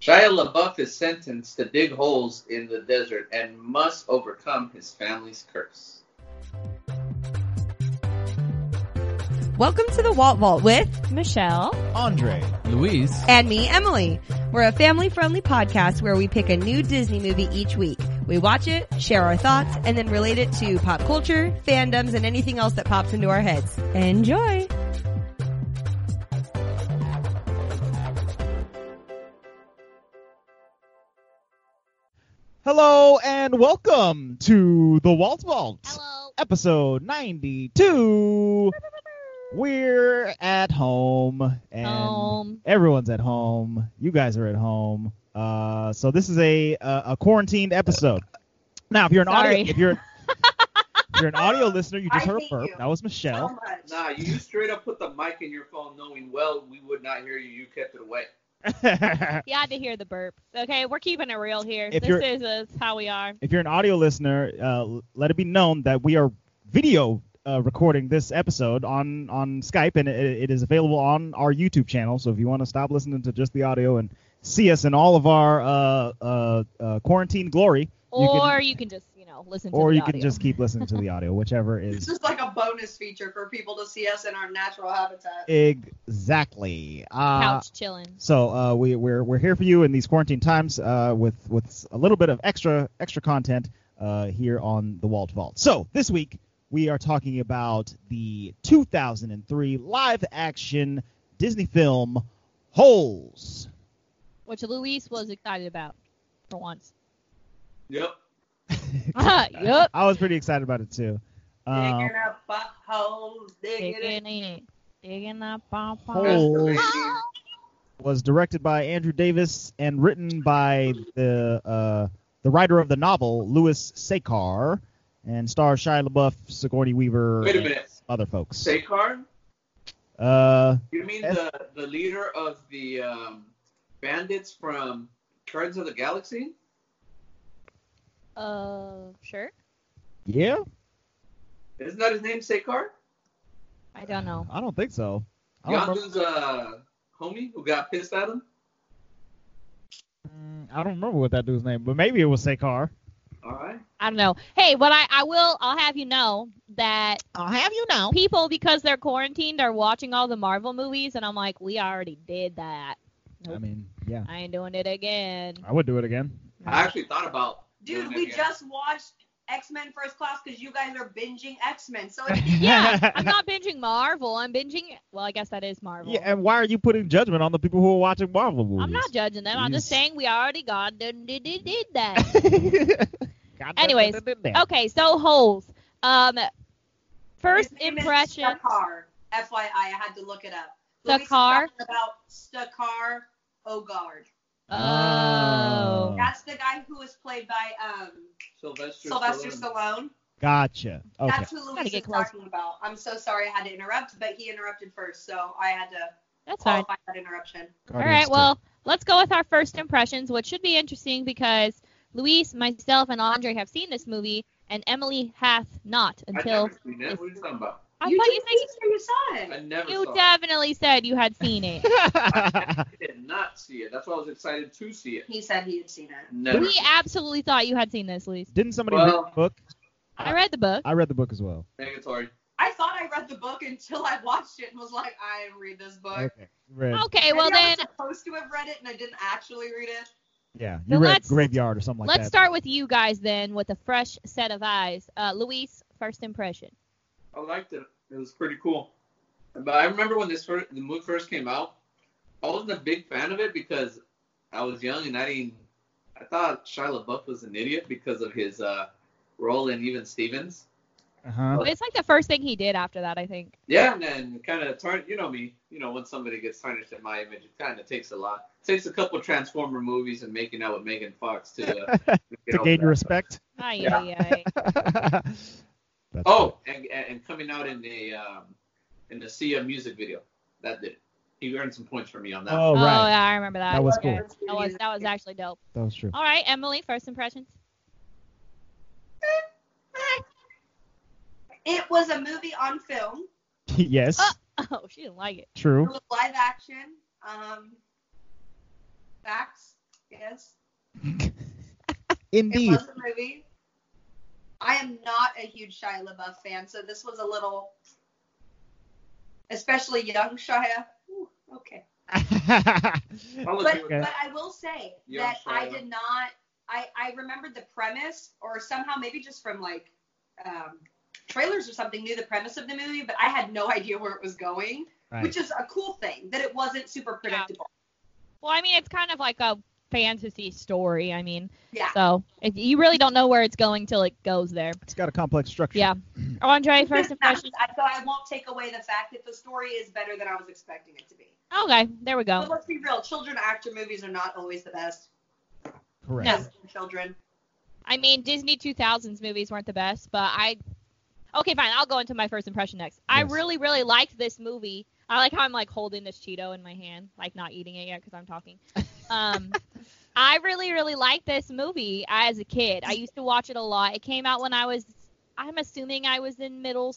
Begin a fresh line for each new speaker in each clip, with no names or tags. Shia LaBeouf is sentenced to dig holes in the desert and must overcome his family's curse.
Welcome to the Walt Vault with
Michelle.
Andre, Luis,
and me, Emily. We're a family friendly podcast where we pick a new Disney movie each week. We watch it, share our thoughts, and then relate it to pop culture, fandoms, and anything else that pops into our heads.
Enjoy.
hello and welcome to the Walt Vault,
Hello.
episode 92. We're at home and
Home.
everyone's at home. You guys are at home. Uh, so this is a uh, a quarantined episode. Now, if you're an
Sorry.
audio, if you're if you're an audio listener, you just
I
heard a
hate
burp.
you.
That was Michelle.
Nah, you straight up put the mic in your phone knowing well we would not hear you. You kept it away.
if
You had to hear the burp. Okay, we're keeping it real here.
If
this
you're-
is us how we are.
you're an audio listener, uh, let it be known that we are video uh, recording this episode on on Skype, and it, it is available on our YouTube channel. So if you want to stop listening to just the audio and see us in all of our uh, uh, uh, quarantine glory, You can-
Or you can just, you know, listen to
or
the
you
audio.
can just keep listening to the audio, whichever
This
is
is like a bonus feature for people to see us in our natural habitat.
exactly. Uh,
couch chilling.
so uh, we, we're we're here for you in these quarantine times uh, with with a little bit of extra extra content uh, here on the Walt Vault. So this week we are talking about the 2003 live action Disney film Holes.
Which Luis was excited about for once.
Yep.
yep.
I was pretty excited about it too. Uh,
digging
Oh.
up buttholes, digging it.
Digging it. Digging up pom
Oh. Holes was directed by Andrew Davis and written by the uh, the writer of the novel Louis Sekar, and stars Shia LaBeouf, Sigourney Weaver,
Wait a
and
minute.
other folks.
Sekar?
Uh,
You mean the, the leader of the um, bandits from Guardians of the Galaxy?
Uh, sure.
yeah,
Isn't that his name, Sekar?
I don't know.
I don't think so. I don't, remember,
Yondu's uh, homie who got pissed at him?
Mm, I don't remember what that dude's name, but maybe it was Sekar.
All right.
I don't know. Hey, what I, I will, I'll have you know that
I'll have you know.
people, because they're quarantined, are watching all the Marvel movies, and I'm like, we already did that.
I mean, yeah,
I ain't doing it again.
I would do it again.
I actually thought about. doing
Dude,
it
we
again.
just watched X Men First Class because you guys are binging X Men. So it's
yeah, I'm not binging Marvel. I'm binging. Well, I guess that is Marvel.
Yeah, and why are you putting judgment on the people who are watching Marvel movies?
I'm not judging them. I'm just
Jeez.
saying we already got did, did, did, did that.
God,
Anyways,
da- da- da- da-
okay, so holes. Um, first
his name is
impression.
Stakar. FYI, I had to look it up. Louis
Stakar?
is talking About Stakar Ogard.
Oh,
Oh.
That's the guy who was played by um,
Sylvester,
Sylvester
Stallone.
Stallone.
gotcha. Okay.
That's who
Gotta
Louis
get
is
close.
talking about. I'm so sorry I had to interrupt, but he interrupted first, so I had to
that's fine.
qualify that interruption.
All right, well, let's go with our first impressions, which should be interesting because Luis, myself, and Andre have seen this movie, and Emily hath not
I've
until.
never seen that. What are you talking about?
I
you
thought you
just
said
said you saw it.
I never
you
saw it.
definitely said you had seen it.
Well.
I did not see it. That's why I was excited to see it.
He said he had seen it.
Never.
we absolutely thought you had seen this, Luis.
Didn't somebody
Well-
read the book?
I read the book.
I read the book as well.
Negatory.
I thought I read the book until I watched it and was like, I didn't read this book.
Okay. Read.
Okay, well
Maybe
then
I was supposed to have read it and I didn't actually read it.
Yeah, you
Then
read
let's-
Graveyard or something like
Let's
that.
start with you guys then with a fresh set of eyes. Uh, Luis, first impression.
I liked it. It was pretty cool. But I remember when this first, the movie first came out, I wasn't a big fan of it because I was young and I didn't. I thought Shia LaBeouf was an idiot because of his uh, role in Even Stevens.
Uh-huh.
It's like the first thing he did after that, I think.
Yeah, and then kind of turn. You know me. You know when somebody gets tarnished at my image, it kind of takes a lot. takes a couple Transformer movies and making out with Megan Fox to, uh,
To gain your respect.
Ay,
Yeah.
ay, ay.
That's
Oh, and, and and coming out in a um, in the Sia music video. That did. it. He earned some points for me on
good.
that.
Oh,
Oh,
right.
yeah, I remember that.
That was
Okay.
cool.
That was that was actually dope.
That was true.
All right, Emily, first impressions.
It was a movie on film.
yes,
Uh, Oh, she didn't like it.
It
true.
was live action. Um, facts. yes. It
Indeed.
was a movie. I am not a huge Shia LaBeouf fan, so this was a little, especially young Shia. Ooh, okay.
I'll
But,
agree with
Okay.
but I will say
Young
that I
Shia.
did not. I I remembered the premise, or somehow maybe just from like um, trailers or something, knew the premise of the movie, but I had no idea where it was going,
right.
which is a cool thing that it wasn't super predictable.
Well, I mean, it's kind of like a fantasy story. I mean,
Yeah.
so it, you really don't know where it's going till it goes there.
It's got a complex structure.
Yeah. Andre, first impression.
I thought I won't take away the fact that the story is better than I was expecting it to be.
Okay, there we
But
go.
let's be real, children actor movies are not always the best.
Correct.
No.
Just for Children.
I mean, Disney 2000s movies weren't the best, but I. Okay, fine. I'll go into my first impression next. I
Yes.
really, really liked this movie. I like how I'm like holding this Cheeto in my hand, like not eating it yet because I'm talking. Um, I really, really liked this movie as a kid. I used to watch it a lot. It came out when I was, I'm assuming I was in middle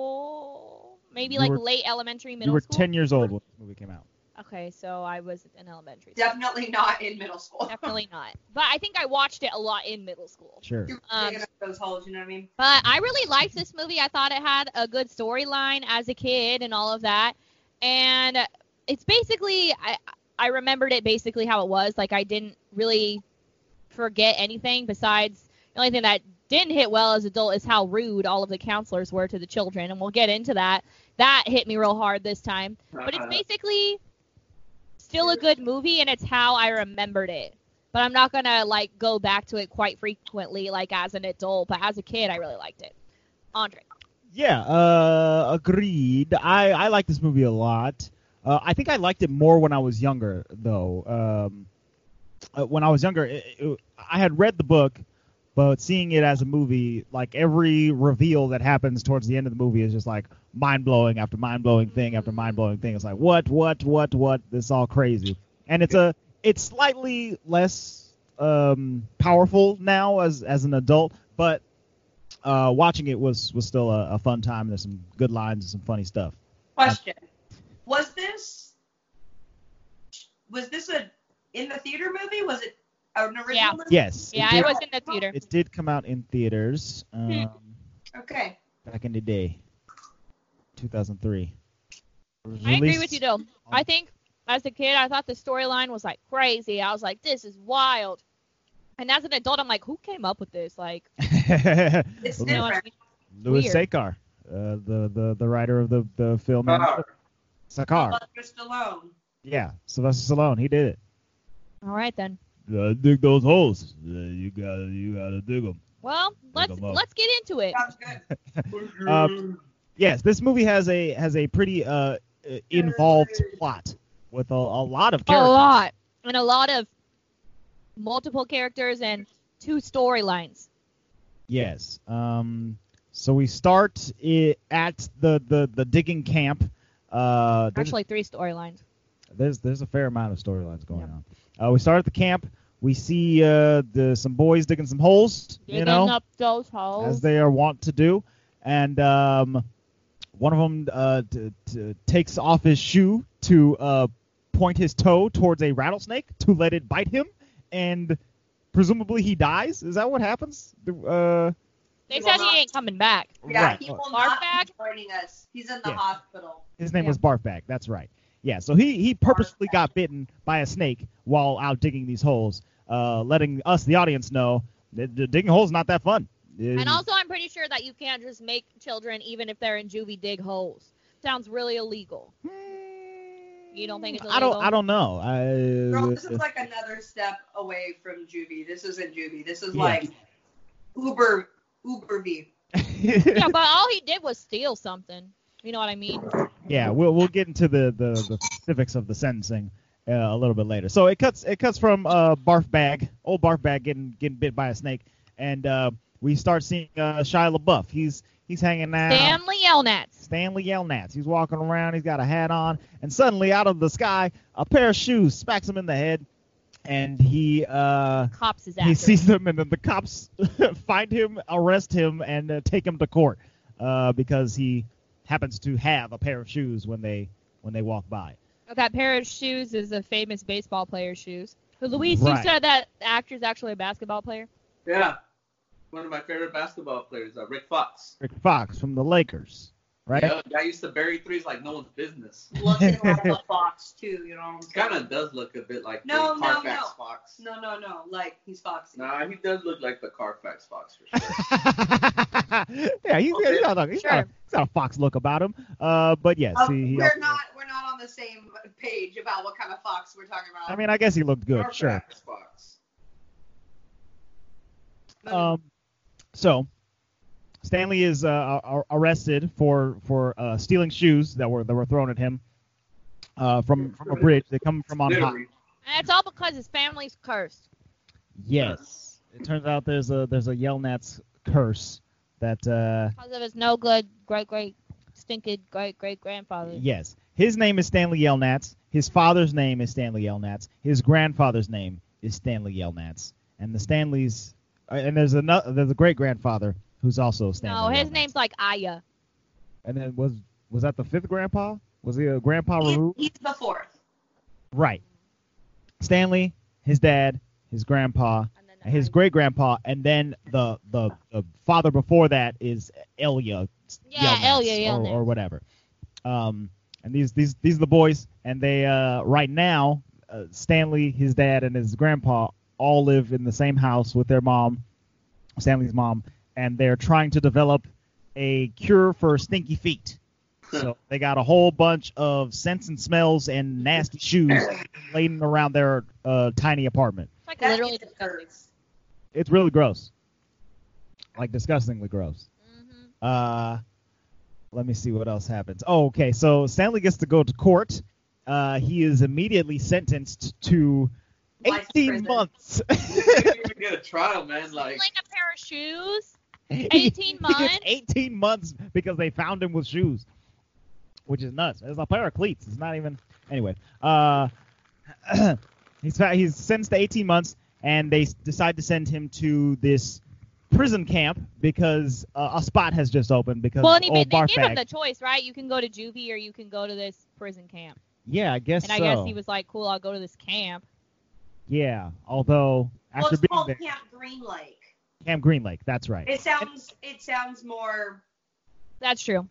school, maybe
You
like
were-
late elementary, middle
You were
school.
10 years old when this movie came out.
Okay, so I was in elementary. school.
Definitely not in middle school.
Definitely not. But I think I watched it a lot in middle school.
Sure.
You're
Um,
digging up those holes, you know what I mean?
But I really liked this movie. I thought it had a good storyline as a kid and all of that. And it's basically I I remembered it basically how it was. Like I didn't really forget anything besides the only thing that didn't hit well as adult is how rude all of the counselors were to the children and we'll get into that. That hit me real hard this time
uh,
but
Uh-huh.
it's basically still a good movie and it's how i remembered it but i'm not gonna like go back to it quite frequently like as an adult but as a kid i really liked it andre
Yeah, uh, agreed. I, I like this movie a lot. Uh, I think I liked it more when I was younger, though. Um, uh, when I was younger, it, it, I had read the book, but seeing it as a movie, like every reveal that happens towards the end of the movie is just like mind blowing after mind blowing thing after mind blowing thing. It's like what, what, what, what? This is all crazy, and it's a it's slightly less um, powerful now as as an adult, but uh, watching it was was still a, a fun time. There's some good lines and some funny stuff.
Question. Was this was this a in the theater movie? Was it an original
Yeah.
movie?
Yes.
yeah
it
it
did,
was in the theater
It did come out in theaters um,
Okay.
back in the day, 2003.
i agree with you though
Oh.
i think as a kid i thought the storyline was like crazy i was like this is wild and as an adult i'm like who came up with this like
It's
you know
Louis
what I
different.
mean?
Louis
weird.
Sakar, uh, the, the the writer of the the film and-
Sakar.
Sakar.
Just alone.
Yeah, Sylvester Stallone. He did it.
all right then
Uh, dig those holes. Uh, you gotta you gotta dig them.
well let's
them up.
let's get into it
Sounds good.
uh,
um, Yes, this movie has a has a pretty uh, uh, involved plot with a, a lot of
a
characters.
lot and a lot of multiple characters and two storylines
Yes. Um, so we start i at the, the, the digging camp. Uh, there's,
actually three storylines
there's there's a fair amount of storylines going on. Uh, we start at the camp. We see uh, the some boys digging some holes, you know,
up those
as
holes
they are wont to do, and um, one of them uh, t- t- takes off his shoe to uh, point his toe towards a rattlesnake to let it bite him, and presumably he dies. Is that what happens? The- Uh,
they said he ain't coming back
Yeah,
right.
he will
Barf
not
bag?
be joining us. He's in the
Yeah.
hospital.
His name
Yeah.
was Barfback. That's right. Yeah. So he he purposely got bitten by a snake while out digging these holes, uh, letting us the audience know that the digging holes not that fun.
and also i'm pretty sure that you can't just make children even if they're in juvie dig holes sounds really illegal you don't think it's
I don't.
illegal?
I don't know. I, uh,
Girl, this is like another step away from juvie. This isn't juvie. This is
Yeah.
like Uber Uber V.
yeah but all he did was steal something you know what i mean
yeah, we'll we'll get into the the, the specifics of the sentencing uh, a little bit later. So it cuts it cuts from uh, barf bag, old barf bag getting getting bit by a snake, and uh, we start seeing uh, Shia LaBeouf. He's he's hanging out.
stanley elnats
Stanley Yelnats. He's walking around. He's got a hat on, and suddenly, out of the sky, a pair of shoes smacks him in the head, and he uh,
cops is
he
after him.
sees them, and then the cops find him, arrest him, and uh, take him to court uh, because he happens to have a pair of shoes when they when they walk by.
that pair of shoes is a famous baseball player's shoes Luis, you
Right.
said that the actor's actually a basketball player.
Yeah. One of my favorite basketball players, uh, Rick Fox.
Rick Fox from the Lakers, right?
Yeah, guy used to bury threes like no one's business.
Looks a lot like Fox too, you know.
Kind of does look a bit like
No,
the
no,
Carfax
no.
Fox.
No, no, no. Like he's foxy.
Nah, he does look like the Carfax Fox for sure.
yeah, he's, he's, not, a- he's, not, a-
Sure.
he's not a fox look about him. Uh, but yes,
Um,
he, he
we're
also-
not we're not on the same page about what kind of fox we're talking about.
I mean, I guess he looked good,
Carfax
sure.
Fox.
But
Um, so Stanley is uh, ar- arrested for for uh, stealing shoes that were that were thrown at him uh, from from a bridge. They come from on high.
Literally.
And it's all because his family's cursed.
Yes, it turns out there's a there's a Yelnats curse that uh,
Because of his no good great great stinking great great grandfather.
yes, his name is Stanley Yelnats. His father's name is Stanley Yelnats. His grandfather's name is Stanley Yelnats. And the Stanleys uh, and there's another there's a great grandfather who's also Stanley.
no, his
Yelnats.
name's like Aya.
And then was was that the fifth grandpa? Was he a grandpa
he's,
removed?
he's the fourth.
Right. Stanley, his dad, his grandpa,
And then
and his
Aya.
great grandpa, and then the, the the father before that is Elia.
Yeah,
Yelnats,
Elia
or,
Yelnats.
or whatever. Um, and these these these are the boys, and they uh, right now, uh, Stanley, his dad, and his grandpa all live in the same house with their mom, Stanley's mom, and they're trying to develop a cure for stinky feet. So they got a whole bunch of scents and smells and nasty shoes laying around their uh, tiny apartment.
It's like
That
literally
is the curse.
It's really gross, like disgustingly gross.
Mm-hmm.
Uh, let me see what else happens. Oh, okay. So Stanley gets to go to court. Uh, he is immediately sentenced to
Life
18
prison.
months.
He didn't even get a trial, man. Like,
Stealing a pair of shoes.
He-
18
he gets
months?
18 months because they found him with shoes, which is nuts. It's a pair of cleats. It's not even. Anyway, uh, he's fa- he's sentenced to 18 months, and they s- decide to send him to this prison camp because uh, a spot has just opened because
Well, and he,
old
they
barf
gave him
bag-
the choice, right? You can go to juvie or you can go to this prison camp.
Yeah, I guess
And I
so.
guess he was like, "Cool, I'll go to this camp."
Yeah, although
Well,
after
it's
being
called
there, Camp,
Camp Green Lake.
Green Lake, that's right.
It sounds it sounds more.
That's true.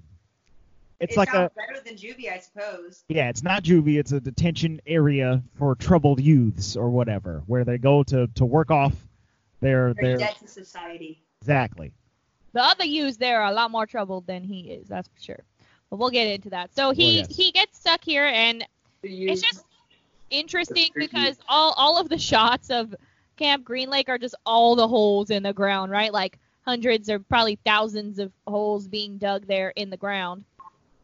It's
it
like a
sounds better than juvie, I suppose.
yeah, it's not juvie, it's a detention area for troubled youths or whatever, where they go to to work off their their
They're dead to society.
exactly.
The other youths there are a lot more troubled than he is. That's for sure. But we'll get into that. So he
Well, yes.
he gets stuck here, and it's just interesting because all all of the shots of Camp Green Lake are just all the holes in the ground, right? Like hundreds or probably thousands of holes being dug there in the ground.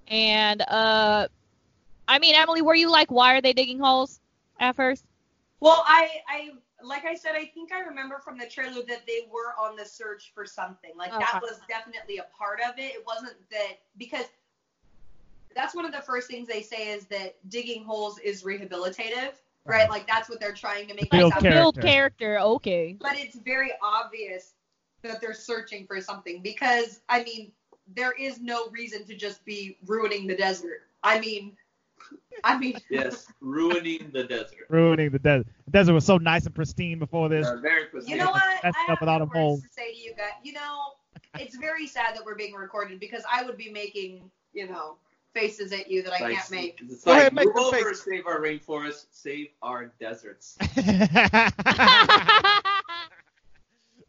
And uh I mean, Emily, were you like why are they digging holes at first?
Well, I, I like I said, I think I remember from the trailer that they were on the search for something. Like that
Okay.
was definitely a part of it. It wasn't that because that's one of the first things they say is that digging holes is rehabilitative, right? Like that's what they're trying to make. it
Build
Like
sound.
character.
build character, okay.
But it's very obvious that they're searching for something because I mean, there is no reason to just be ruining the desert. I mean, I mean,
yes, ruining the desert.
Ruining the desert. The desert was so nice and pristine before this.
Uh, very
You
pristine.
know what?
That's
I
up
have
without
no
a
words
hole.
to say to you guys. You know, it's very sad that we're being recorded because I would be making, you know, faces at you that I
Like,
can't make.
It's
Go
like,
ahead, make
move
the
over,
face.
save our rainforests, save our deserts.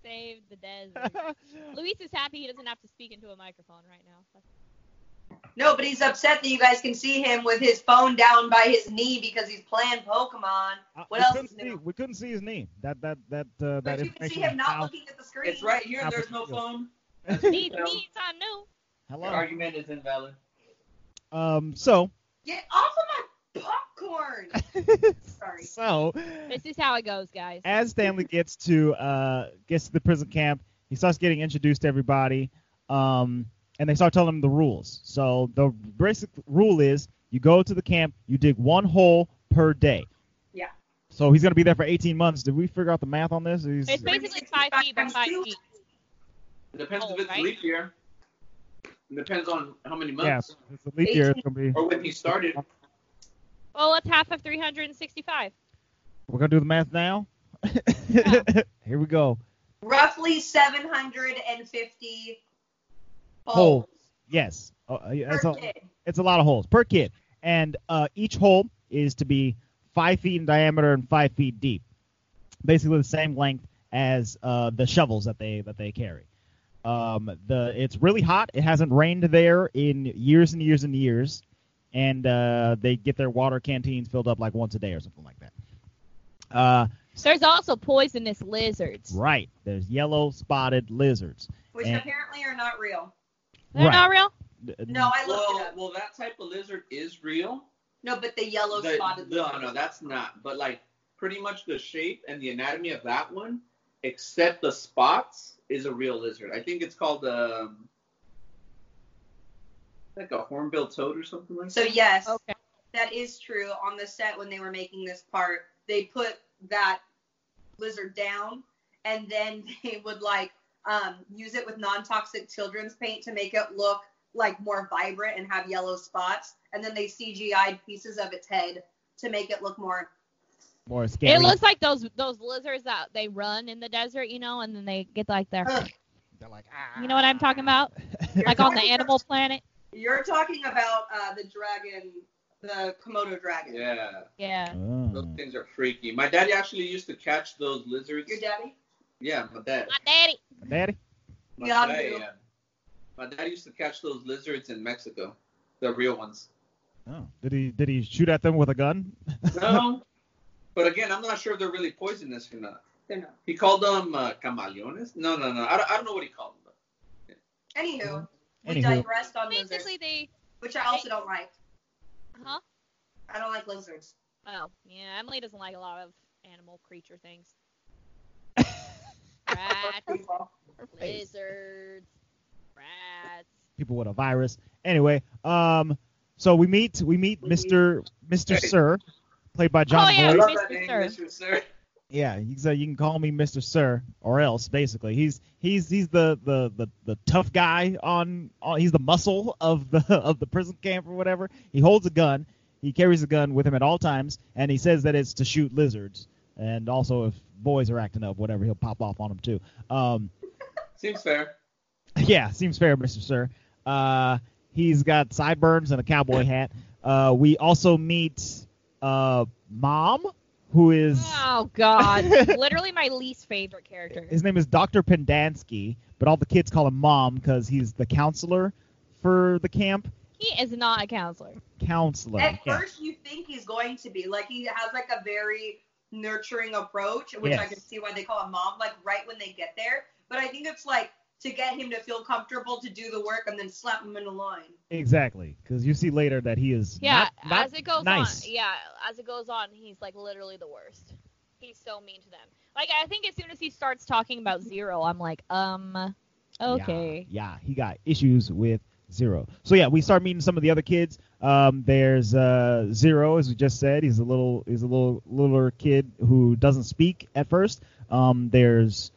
Save the desert. Luis is happy he doesn't have to speak into a microphone right now.
No, but he's upset that you guys can see him with his phone down by his knee because he's playing Pokemon.
Uh, we
What else
couldn't
is new?
see, we couldn't see his name. That that that uh, that
But you can
information
see
is
him not
now-
looking at the screen.
It's right here.
Apple
There's no
Google.
phone.
Me,
Well-
me, it's on new.
Your
Hello.
argument is invalid.
Um. So
Get off of my popcorn. Sorry.
so
This is how it goes, guys.
as Stanley gets to uh, gets to the prison camp, he starts getting introduced to everybody, um, and they start telling him the rules. So the basic rule is you go to the camp, you dig one hole per day.
Yeah.
So he's gonna be there for 18 months. Did we figure out the math on this? He's-
It's basically five feet by five feet.
It depends
Oh,
if it's
right.
leap year. It depends on how many
yeah,
months
it's a leap year. It's gonna be.
or when he started.
Well, it's half of 365.
We're gonna do the math now. Here we go.
Roughly 750
Holes. Yes, uh, that's
per
a-
kid.
it's a lot of holes per kid, and uh, each hole is to be five feet in diameter and five feet deep, basically the same length as uh, the shovels that they that they carry. Um, the it's really hot. It hasn't rained there in years and years and years, and uh, they get their water canteens filled up like once a day or something like that. Uh,
There's also poisonous lizards.
right. There's yellow spotted lizards.
Which
And-
apparently are not real.
They're
right.
not real.
No, I looked
Well,
it up.
well, that type of lizard is real.
No, but the yellow
The-
spotted.
no,
lizard.
no, that's not. But like pretty much the shape and the anatomy of that one, except the spots, is a real lizard. I think it's called um, like a hornbill toad or something like
So
that.
yes,
Okay.
that is true. On the set when they were making this part, they put that lizard down, and then they would like um, use it with non-toxic children's paint to make it look like more vibrant and have yellow spots, and then they CGI'd pieces of its head to make it look more.
More scary.
It looks like those those lizards that they run in the desert, you know, and then they get like their.
Ugh.
They're like, ah.
You know what I'm talking about?
You're
Like on the
talking-
animal planet.
You're talking about uh, the dragon, the Komodo dragon.
Yeah,
Yeah.
those
Oh.
things are freaky. My daddy actually used to catch those lizards.
Your daddy?
Yeah, my dad.
My daddy.
Daddy.
My
Yeah,
dad,
I do.
yeah. My dad used to catch those lizards in Mexico, the real ones.
Oh. Did he did he shoot at them with a gun?
No, but again, I'm not sure if they're really poisonous or not.
They're not.
He called them uh, camaleones. No, no, no. I don't, I don't know what he called them.
Anywho, we
Anywho.
digressed on lizards,
Basically, they.
which I also don't like.
Huh?
I don't like lizards.
Oh, yeah. Emily doesn't like a lot of animal creature things. Rats,
People.
lizards, rats.
people with a virus. Anyway, um, so we meet we meet Mr. Mr.
Hey.
Sir, played by John
Oh, yeah,
I
Voight.
love
Mr.
that name,
Sir.
Mr. Sir.
Yeah, he said you can call me Mr. Sir or else. Basically, he's he's he's the the the, the tough guy on, on he's the muscle of the of the prison camp or whatever. He holds a gun. He carries a gun with him at all times, and he says that it's to shoot lizards. And also, if boys are acting up, whatever, he'll pop off on them too. Um,
Seems fair.
Yeah, seems fair, Mr. Sir. Uh, he's got sideburns and a cowboy hat. Uh, we also meet uh, Mom, who is
Oh God! Literally my least favorite character.
his name is Dr. Pendansky, but all the kids call him Mom because he's the counselor for the camp.
He is not a counselor.
Counselor.
At
yeah.
first, you think he's going to be like he has like a very nurturing approach, which I
Yes.
can see why they call him mom. Like right when they get there, but I think it's like to get him to feel comfortable to do the work and then slap him in a line.
Exactly, because you see later that he is
Yeah,
not, not
as it goes
nice.
on, yeah, as it goes on, he's like literally the worst. He's so mean to them. Like I think as soon as he starts talking about zero, I'm like, um, okay.
Yeah, yeah, he got issues with Zero. So yeah, we start meeting some of the other kids. Um, there's uh, Zero, as we just said. He's a little, he's a little littler kid who doesn't speak at first. Um, there's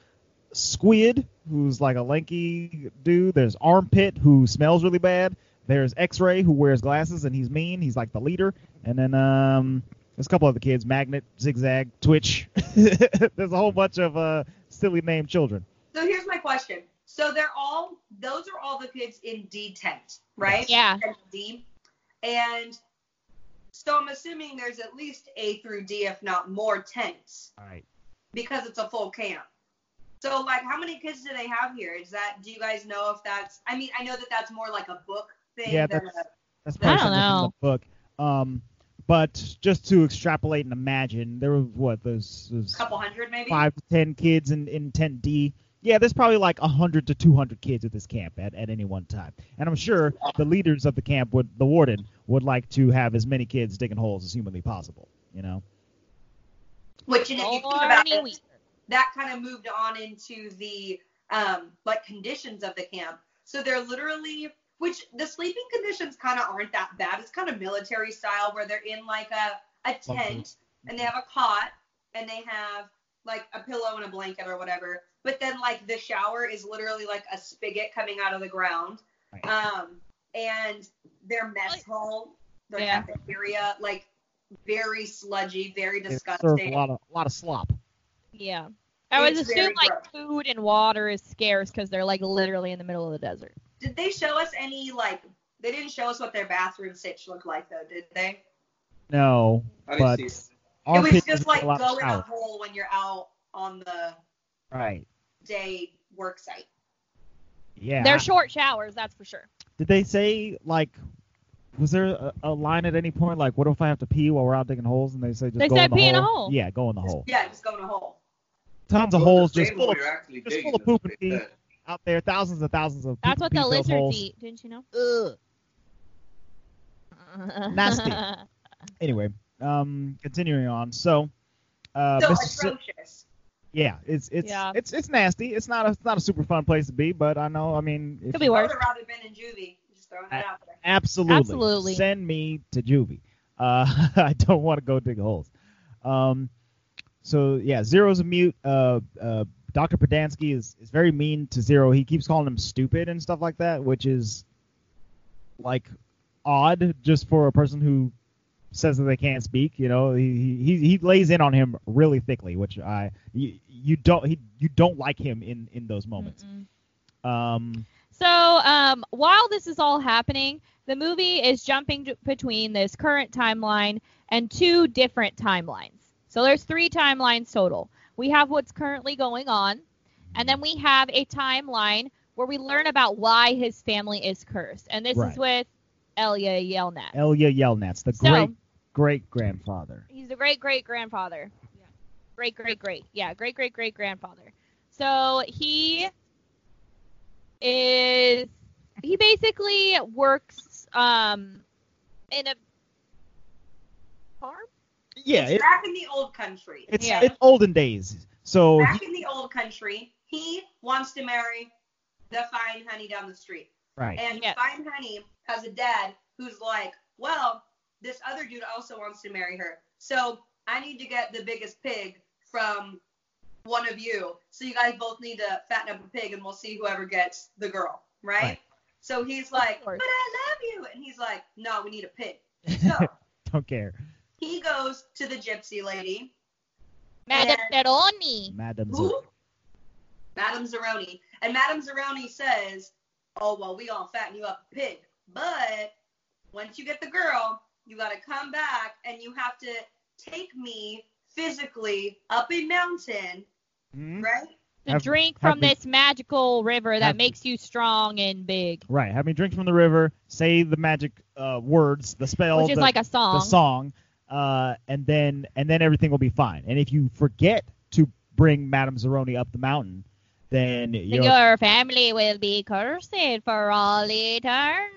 Squid, who's like a lanky dude. There's Armpit, who smells really bad. There's X-Ray, who wears glasses and he's mean. He's like the leader. And then um, there's a couple other kids: Magnet, Zigzag, Twitch. there's a whole bunch of uh, silly named children.
So here's my question. So they're all those are all the kids in D tent, right?
Yeah.
And D. And so I'm assuming there's at least A through D, if not more tents.
All right.
because it's a full camp. So like how many kids do they have here? Is that do you guys know if that's I mean I know that that's more like a book thing
Yeah,
than
that's-
a,
That's probably
I don't
something
know.
from the book. Um, but just to extrapolate and imagine, there was what there's, there's
couple hundred maybe.
five to ten kids in in tent D. Yeah, there's probably like hundred to two hundred kids at this camp at, at any one time, and I'm sure the leaders of the camp would the warden would like to have as many kids digging holes as humanly possible. You know,
Which and if you think about
Barney
it,
Weaver.
that kind of moved on into the um like conditions of the camp. So they're literally which the sleeping conditions kind of aren't that bad. It's kind of military style where they're in like a a
Lumpy.
tent and they have a cot and they have like a pillow and a blanket or whatever. But then like the shower is literally like a spigot coming out of the ground.
Right.
Um and their mess
Like-
hall, their
Yeah.
cafeteria, like very sludgy, very
They serve a
disgusting.
lot of a lot of slop.
Yeah. I would
It's
assume
very
like food and water is scarce because they're like literally in the middle of the desert.
Did they show us any like? They didn't show us what their bathroom sitch looked like though, did they?
No,
I
But-
didn't see it.
Our
it was
pitch
just
is
like
a lot of
go in a
shower.
hole when you're out on the
Right.
day work site.
Yeah.
They're short showers, that's for sure.
Did they say like? Was there a, a line at any point like, "What if I have to pee while we're out digging holes?" And they say, "Just
They
go
said
in the
pee
hole."
in a hole.
Yeah, go in the hole.
Yeah, just go in a hole.
Tons
Those
of
are
holes
the
just
same
full
hole
of,
you're actually
just full
digging,
of poop
those
and
big
pee.
bed.
out there, thousands and thousands of.
That's what
poop
the
and pee-filled holes.
lizards eat, didn't you know? Ugh.
Nasty. Anyway, um, continuing on. So, uh,
so
Mississi-
atrocious.
Yeah, it's it's
Yeah.
it's it's nasty. It's not a it's not a super fun place to be, but I know. I mean, if
Could be
I
worse.
would have rather been in juvie. Just throwing
Uh,
that out there.
absolutely,
Absolutely.
send me to juvie. Uh, I don't want to go dig holes. Um, so yeah, Zero's a mute. Uh, uh, Doctor Podansky is is very mean to Zero. He keeps calling him stupid and stuff like that, which is like odd just for a person who says that they can't speak. You know, he he, he lays in on him really thickly, which I you, you don't he you don't like him in in those moments.
Mm-mm.
Um,
So, um, while this is all happening, the movie is jumping j- between this current timeline and two different timelines. So, there's three timelines total. We have what's currently going on, and then we have a timeline where we learn about why his family is cursed. And this
Right.
is with Elia Yelnat.
Elia Yelnats, the
So-
great great grandfather.
He's the great great grandfather. Great great great. Yeah, great great great grandfather. So he is he basically works um in a farm?
Yeah,
it's
it,
back in the old country.
it's
Yeah.
it's olden days. So he,
back in the old country, he wants to marry the fine honey down the street.
right,
And
Yes.
fine honey has a dad who's like, well, this other dude also wants to marry her. So I need to get the biggest pig from one of you. So you guys both need to fatten up a pig and we'll see whoever gets the girl, right?
Right.
So he's like, but
course.
I love you. And he's like, no, we need a pig. So
don't care,
he goes to the gypsy lady
Madame
Yeah.
Peroni.
Madam.
Who?
Zor-
Madame Zeroni. And Madame Zeroni says, Oh, well, we gonna fatten you up a pig. But once you get the girl, you gotta come back and you have to take me physically up a mountain,
Hmm?
right?
To
Have-
drink
have
from
me-
this magical river that
Have-
makes you strong and big.
Right, have me drink from the river, say the magic uh, words, the spell,
Which is
the-
like a song.
the song, uh, and then and then everything will be fine. And if you forget to bring Madame Zeroni up the mountain, then
Then
you're
Your family will be cursed for all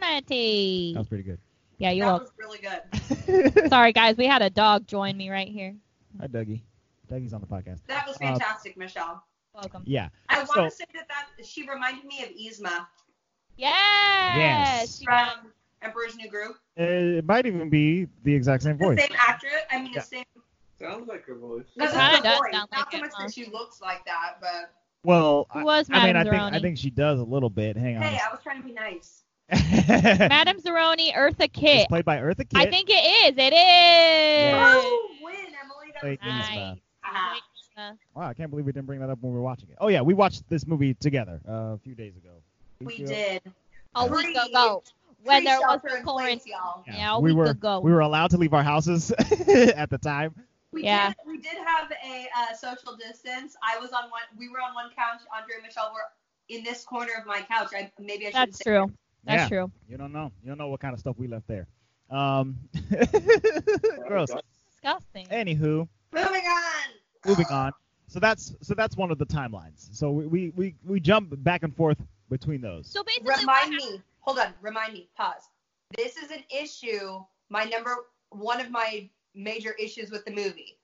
eternity.
that was pretty good.
Yeah, you're
that
welcome.
was really good.
Sorry, guys, we had a dog join me right here.
Hi, Dougie. Dougie's on the podcast.
That
Uh,
was fantastic, Michelle.
Welcome.
Yeah,
I
so-
wanna say that, that she reminded me of Yzma
Yes.
Yes.
from Emperor's New Groove.
it might even be the exact same
The
voice.
same actress. I mean
Yeah.
the same
Sounds like her voice.
because
Kinda
it's the
does
voice.
sound
Not
like
so
it,
much
huh?
that she looks like that, but
Well,
Who
I-
was
I mean, I
Madame
think I
Zeroni?
think she does a little bit. Hang on.
hey, I was trying to be nice.
Madame Zeroni, Eartha
It's
Kitt.
played by Eartha Kitt.
I think it is. It is.
Oh, win, Emily. That was
Thank you, Miss
Nice.
Beth.
Ah.
Great, Emma.
Wow, I can't believe we didn't bring that up when we were watching it. Oh yeah, we watched this movie together uh, a few days ago.
We did.
A
Yeah.
week ago, when there was no quarantine.
y'all.
Yeah,
Yeah, a
we
week
were
ago.
we were allowed to leave our houses at the time.
We
Yeah.
did. We did have a uh, social distance. I was on one. We were on one couch. Andre and Michelle were in this corner of my couch. I maybe I should.
That's true. That's
yeah,
true.
you don't know. You don't know what kind of stuff we left there. Um, gross.
Disgusting.
Anywho,
Moving on.
moving on. So that's so that's one of the timelines. So we we, we, we jump back and forth between those.
So basically, what
Remind
happened-
me. Hold on. Remind me. Pause. This is an issue. My number one of my major issues with the movie.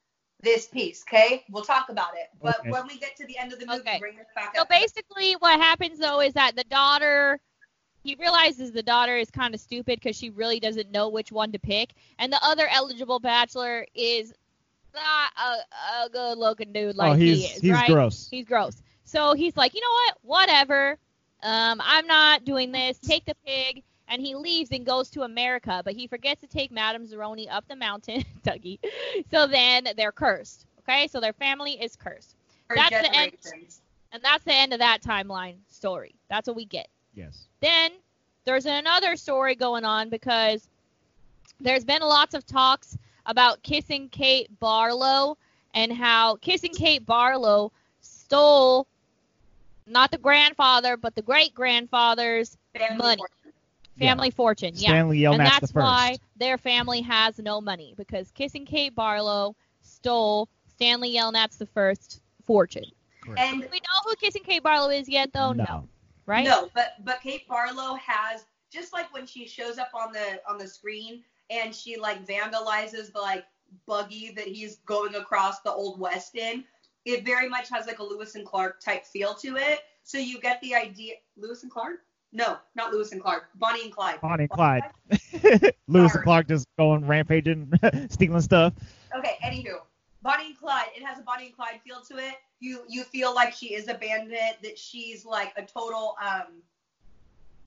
This piece, okay? We'll talk about it. But
Okay.
when we get to the end of the movie,
Okay.
bring this back
So
up.
basically, what happens though is that the daughter, he realizes the daughter is kind of stupid because she really doesn't know which one to pick, and the other eligible bachelor is not a, a good looking dude like
oh, he's
he is.
he's
right?
gross.
He's gross. So he's like, you know what? Whatever. Um, I'm not doing this. Take the pig. and he leaves and goes to America, but he forgets to take Madame Zeroni up the mountain, Dougie. So then they're cursed. Okay, so their family is cursed,
For
That's the end.
generations.
and that's the end of that timeline story. That's what we get.
Yes.
Then there's another story going on because there's been lots of talks about kissing Kate Barlow and how kissing Kate Barlow stole not the grandfather but the great grandfather's
Family
Money.
fortune.
Yeah.
family fortune. Yeah.
Stanley
And
Yelnats the
that's
first.
why their family has no money because kissing Kate Barlow stole Stanley Yelnats the first fortune.
And
Do we know who kissing Kate Barlow is yet though? No. Right?
No, but but Kate Barlow has just like when she shows up on the on the screen and she like vandalizes the like buggy that he's going across the old west in. It very much has like a Lewis and Clark type feel to it. So you get the idea. Lewis and Clark? No, not Lewis and Clark. Bonnie and Clyde.
Bonnie and Clyde. Lewis and
Sorry.
Clark just going rampaging, stealing stuff.
Okay, anywho, Bonnie and Clyde. It has a Bonnie and Clyde feel to it. You you feel like she is a bandit, that she's like a total um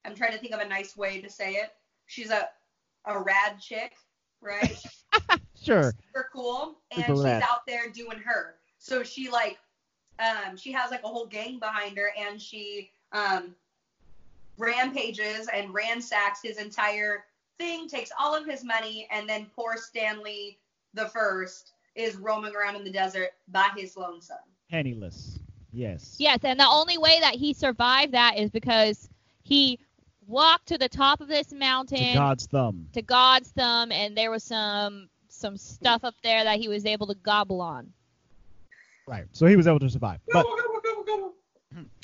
I'm trying to think of a nice way to say it. She's a a rad chick, right? She's
Sure.
super cool. And
Super
she's
rad.
out there doing her. So she like um she has like a whole gang behind her and she um rampages and ransacks his entire thing, takes all of his money, and then poor Stanley the first is roaming around in the desert by his lonesome.
Penniless. Yes.
Yes, and the only way that he survived that is because he walked to the top of this mountain
To God's thumb.
to God's thumb, and there was some some stuff up there that he was able to gobble on.
Right. So he was able to survive. But
Gobble, gobble, gobble, gobble.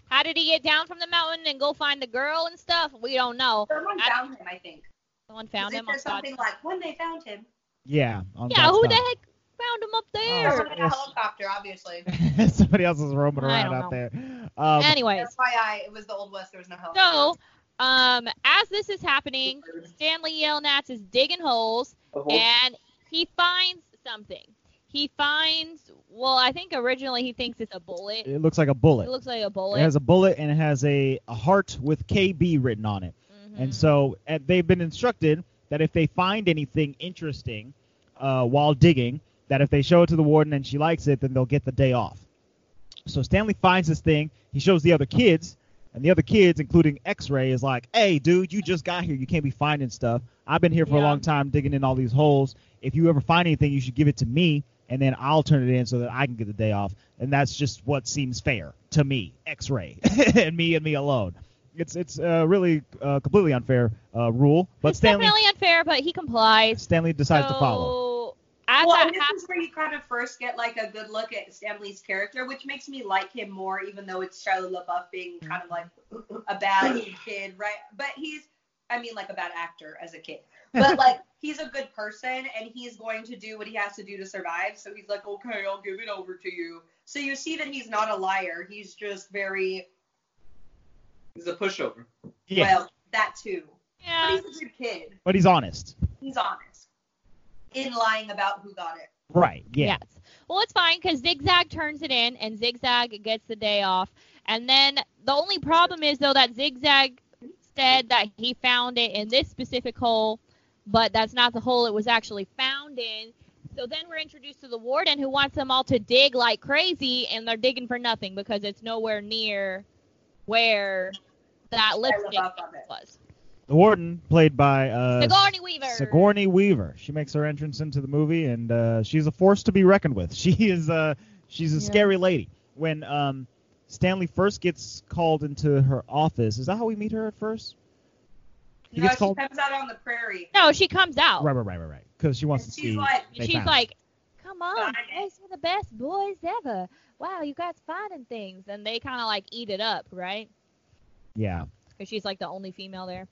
How did he get down from the mountain and go find the girl and stuff? We don't know.
Someone
I-
found him, I think.
Someone found
They
him
said
on God's
something like when they found him.
yeah. On
Yeah,
God's
who
thumb.
the heck found him up
Someone
there?
Oh,
in a
yes.
helicopter, obviously.
Somebody else is roaming
I
around
don't
out
know.
there. Um,
Anyways,
That's why I it was the old west, there was no helicopter.
so um, as this is happening, Stanley Yelnats is digging holes.
The whole-
and he finds something. He finds, well, I think originally he thinks it's a bullet.
it looks like a bullet.
It looks like a
It
bullet.
has a bullet and it has a, a heart with KB written on it.
Mhm.
And so uh, they've been instructed that if they find anything interesting uh, while digging, that if they show it to the warden and she likes it, then they'll get the day off. So Stanley finds this thing. He shows the other kids, and the other kids, including X-Ray, is like, "Hey, dude, you just got here. You can't be finding stuff. I've been here for a
Yeah.
long time digging in all these holes. If you ever find anything, you should give it to me, and then I'll turn it in so that I can get the day off. And that's just what seems fair to me, X-Ray, and me and me alone. It's it's uh, really uh, completely unfair uh, rule, but
it's
Stanley
definitely unfair, but he complies.
Stanley decides
so
to follow.
as
well,
that
and this
happens,
is where you kind of first get like a good look at Stanley's character, which makes me like him more, even though it's Shia LaBeouf being kind of like a bad kid, right? But he's, I mean, like a bad actor as a kid, but like he's a good person and he's going to do what he has to do to survive. So he's like, okay, I'll give it over to you. So you see that he's not a liar. He's just very
He's a pushover.
Yeah, Um,
well that too. But
yeah,
he's a good kid.
but he's honest,
He's honest in lying about who got it.
right? Yeah,
yes. Well, it's fine because Zigzag turns it in, and Zigzag gets the day off. And then the only problem is though that Zigzag said that he found it in this specific hole, but that's not the hole it was actually found in. So then we're introduced to the warden who wants them all to dig like crazy, and they're digging for nothing because it's nowhere near where that lipstick
LaBeouf on it.
was.
the warden played by uh,
Sigourney Weaver.
Sigourney Weaver. She makes her entrance into the movie, and uh, she's a force to be reckoned with. She is uh, she's a
Yeah.
scary lady. When um, Stanley first gets called into her office, is that how we meet her at first? He
no,
gets called-
she comes out on the prairie.
No, she comes out.
Right, right, right, right, right. Because she wants
And
to
she's
see.
like-
they
Oh. And she's
found.
like, "Come on,
Got it.
guys, you're the best boys ever. Wow, you guys finding things." And they kind of like eat it up, right?
yeah.
Because she's like the only female there.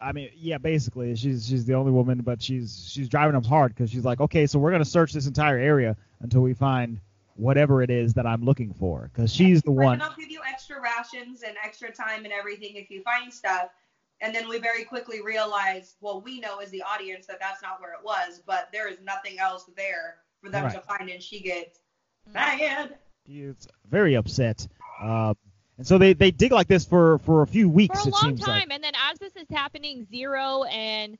I mean, yeah, basically, she's she's the only woman, but she's she's driving them hard because she's like, okay, so we're gonna search this entire area until we find whatever it is that I'm looking for, because she's the
Like,
one.
And I'll give you extra rations and extra time and everything if you find stuff. And then we very quickly realize, well, we know as the audience that that's not where it was, but there is nothing else there for them to find. And she gets mad.
She's very upset, um, and so they they dig like this for for a few
For
weeks.
a
it
long
seems
time,
like.
and then as this is what's happening, Zero and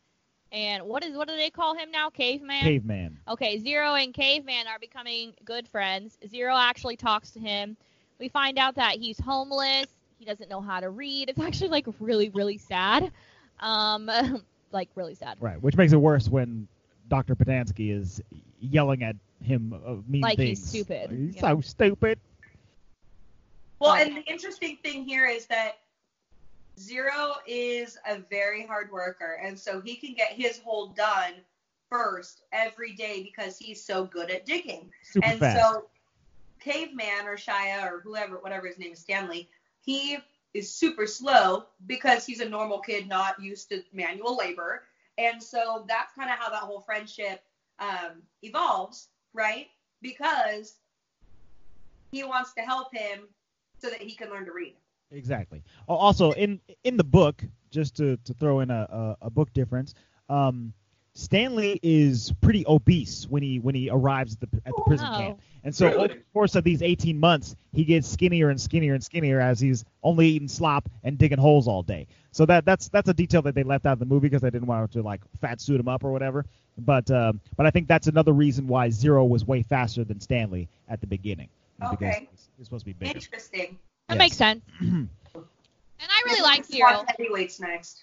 and what is what do they call him now? Caveman.
Caveman.
Okay, Zero and Caveman are becoming good friends. Zero actually talks to him. We find out that he's homeless. He doesn't know how to read. It's actually like really, really sad. Um, like really sad.
Right, which makes it worse when Dr. Podansky is yelling at him uh, mean
Like
things.
he's stupid,
He's
yeah.
so stupid.
Well,
Right.
and the interesting thing here is that Zero is a very hard worker, and so he can get his hole done first every day because he's so good at digging.
Super
and
fast.
so, Caveman or Shia or whoever, whatever his name is, Stanley, he is super slow because he's a normal kid not used to manual labor. And so that's kind of how that whole friendship um, evolves, right? Because he wants to help him so that he can learn to read.
Exactly. Al- Also, in in the book, just to, to throw in a, a, a book difference, um, Stanley is pretty obese when he when he arrives at the at the prison
Oh.
camp, and so
Really?
over the course of these eighteen months, he gets skinnier and skinnier and skinnier as he's only eating slop and digging holes all day. So that that's that's a detail that they left out of the movie because they didn't want to like fat suit him up or whatever. But um, but I think that's another reason why Zero was way faster than Stanley at the beginning, is because
Okay.
he's- he's supposed to be bigger.
Interesting.
That
Yes.
makes sense. and I really like
Let's watch
Zero.
Heavyweights next.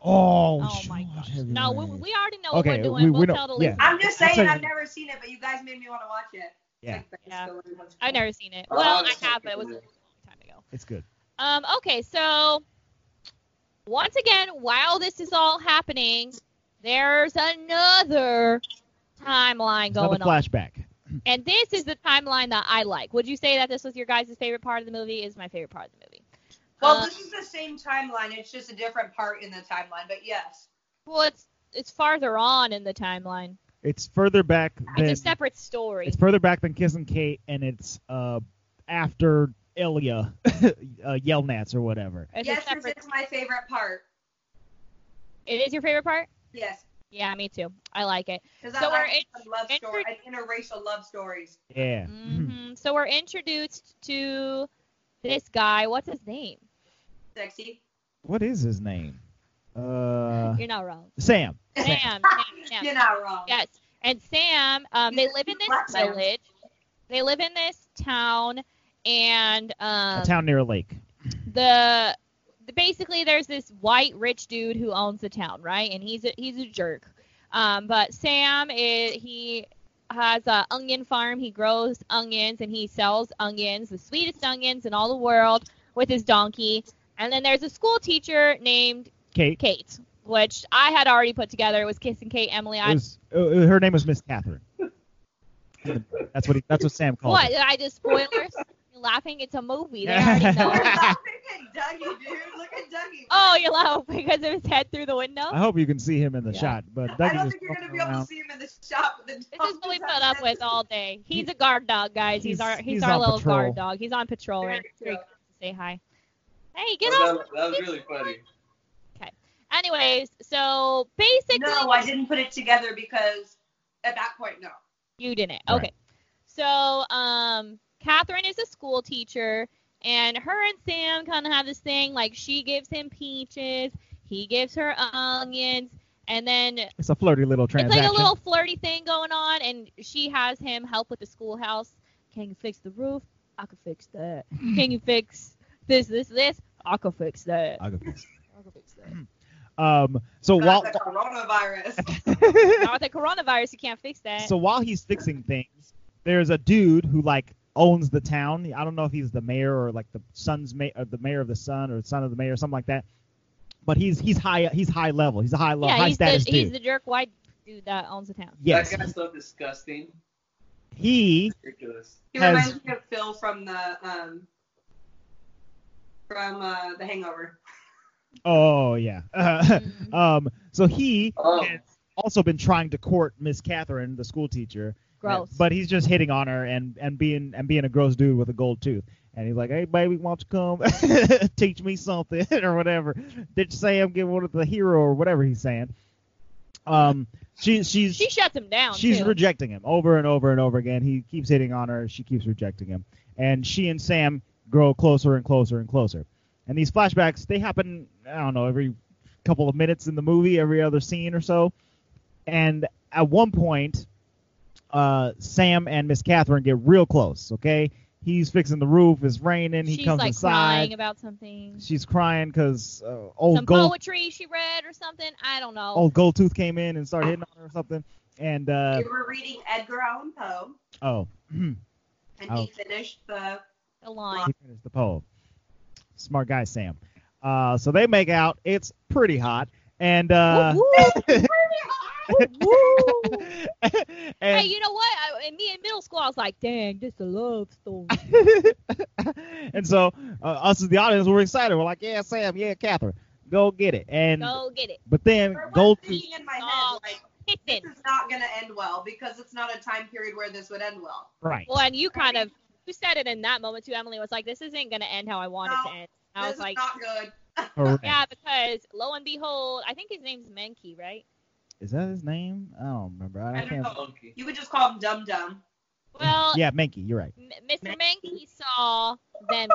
Oh,
Oh my gosh. No, we, we already know what
Okay,
we're
we-
doing.
we
will
know-
tell the
yeah.
listeners.
I'm just
That's
saying,
a-
I've never seen it, but you guys made me want to watch it.
Yeah.
Like, that's
Yeah.
the one that's
I've never seen it.
Oh,
Well,
that's
I have, but it
okay.
was a long time ago.
it's good.
Um, okay, so once again, while this is all happening, there's another timeline
It's another
going on.
flashback.
And this is the timeline that I like. Would you say that this was your guys' favorite part of the movie? Is my favorite part of the movie.
Well,
Uh,
this is the same timeline. It's just a different part in the timeline, but yes.
Well, it's it's farther on in the timeline.
It's further back than
It's a separate story.
it's further back than Kiss and Kate, and it's uh after Elia, uh, Yelnats or whatever.
It's
yes,
a separate.
this is my favorite part.
It is your favorite part.
Yes,
Yeah, me too. I like it.
because
So
I
we're
like
in-
some love
in-
story, like interracial love stories.
Yeah.
Mm-hmm.
hmm So we're introduced to this guy. What's his name?
Sexy.
What is his name? Uh,
You're not wrong.
Sam.
Sam. Sam.
You're
Sam.
not wrong.
Yes. And Sam, um, they live in
Black
this
man.
village. They live in this town, and um,
a town near a lake.
the, the basically there's this white rich dude who owns the town, right? And he's a, he's a jerk. Um, but Sam is he has a onion farm. He grows onions and he sells onions, the sweetest onions in all the world, with his donkey. And then there's a school teacher named
Kate.
Kate, which I had already put together. It was Kiss and Kate Emily.
It
I
was- uh, uh, her name was Miss Catherine. that's what he, that's what Sam called.
What?
her.
Did I just spoilers? You're laughing. It's a movie. They already
We're
know.
laughing at Dougie, dude. Look at Dougie.
oh, you're laughing because of his head through the window.
I hope you can see him in the
Yeah.
shot, but
I
Dougie
don't
was
think you're gonna
walking
be able
around.
to see him in the shop. With the
This is what we
dogs
put up with all day. He's a guard dog, guys. He's,
He's-
our he's,
he's
our
on
little
patrol.
guard dog. He's on patrol
Very
and he
true.
comes to say hi. Hey, get
Well,
off!
that, that was really funny.
Anyways, so basically,
No, I didn't put it together because at that point, no.
You didn't.
Right.
Okay. So, um, Catherine is a school teacher, and her and Sam kind of have this thing like she gives him peaches, he gives her onions, and then
It's a flirty little
it's
transaction.
like a little flirty thing going on, and she has him help with the schoolhouse. Can you fix the roof? I could fix that. Can you fix this, this, this? I could fix that.
I'll go first.
I could fix that.
Um, so while
Not the coronavirus.
Now with the coronavirus, you can't fix that.
so while he's fixing things, there's a dude who like owns the town. I don't know if he's the mayor or like the son's ma- or the mayor of the son or son of the mayor or something like that. But he's he's high he's high level. He's a high level
yeah,
high
he's the,
status
he's
dude.
the jerk white dude that owns the town.
yes,
That guy's so disgusting.
he
Ridiculous.
He
Has-
reminds me of Phil from the um from uh, The Hangover.
oh yeah.
Mhm.
um, so he
Oh,
has also been trying to court Miss Catherine, the school teacher,
Gross.
But he's just hitting on her and and being and being a gross dude with a gold tooth. And he's like, "Hey, baby, why don't you come teach me something or whatever?" Did Sam get one of the hero or whatever he's saying? Um, she she's
she shuts him down.
she's
too.
rejecting him over and over and over again. He keeps hitting on her. She keeps rejecting him. And she and Sam grow closer and closer and closer. And these flashbacks, they happen, I don't know, every couple of minutes in the movie, every other scene or so. And at one point, uh, Sam and Miss Catherine get real close. Okay, he's fixing the roof. It's raining. He
She's
comes
like crying
inside.
about something.
She's crying because uh, old
Some oh,
gold
poetry she read or something. I don't know.
old gold tooth came in and started hitting on her or something. And uh,
we were reading Edgar Allan Poe,
oh, he
and
Oh.
he finished the.
The line.
finished the poem. Smart guy, Sam. Uh, so they make out. It's pretty hot. And uh,
Woo, woo, woo.
and
hey, you know what? I, and me in middle school, I was like, dang, this a love story.
and so uh, us as the audience were excited. We're like, yeah, Sam, yeah, Catherine, go get it. And
Go get it.
but then
There was
gold
thinking in my
Oh,
head like this
Listen.
is not going to end well because it's not a time period where this would end well.
right.
Well, and you kind of you said it in that moment too. Emily was like, this isn't gonna end how I want it
No,
to end. I
this
was
is
like,
not good.
Correct.
yeah, because lo and behold, I think his name's Menke, right?
Is that his name? I don't remember. I,
I
can't.
don't
Oh.
know.
Funky.
You would just call him Dum Dum.
Well,
Yeah, Menke, you're right.
M- Mr. Menke saw them.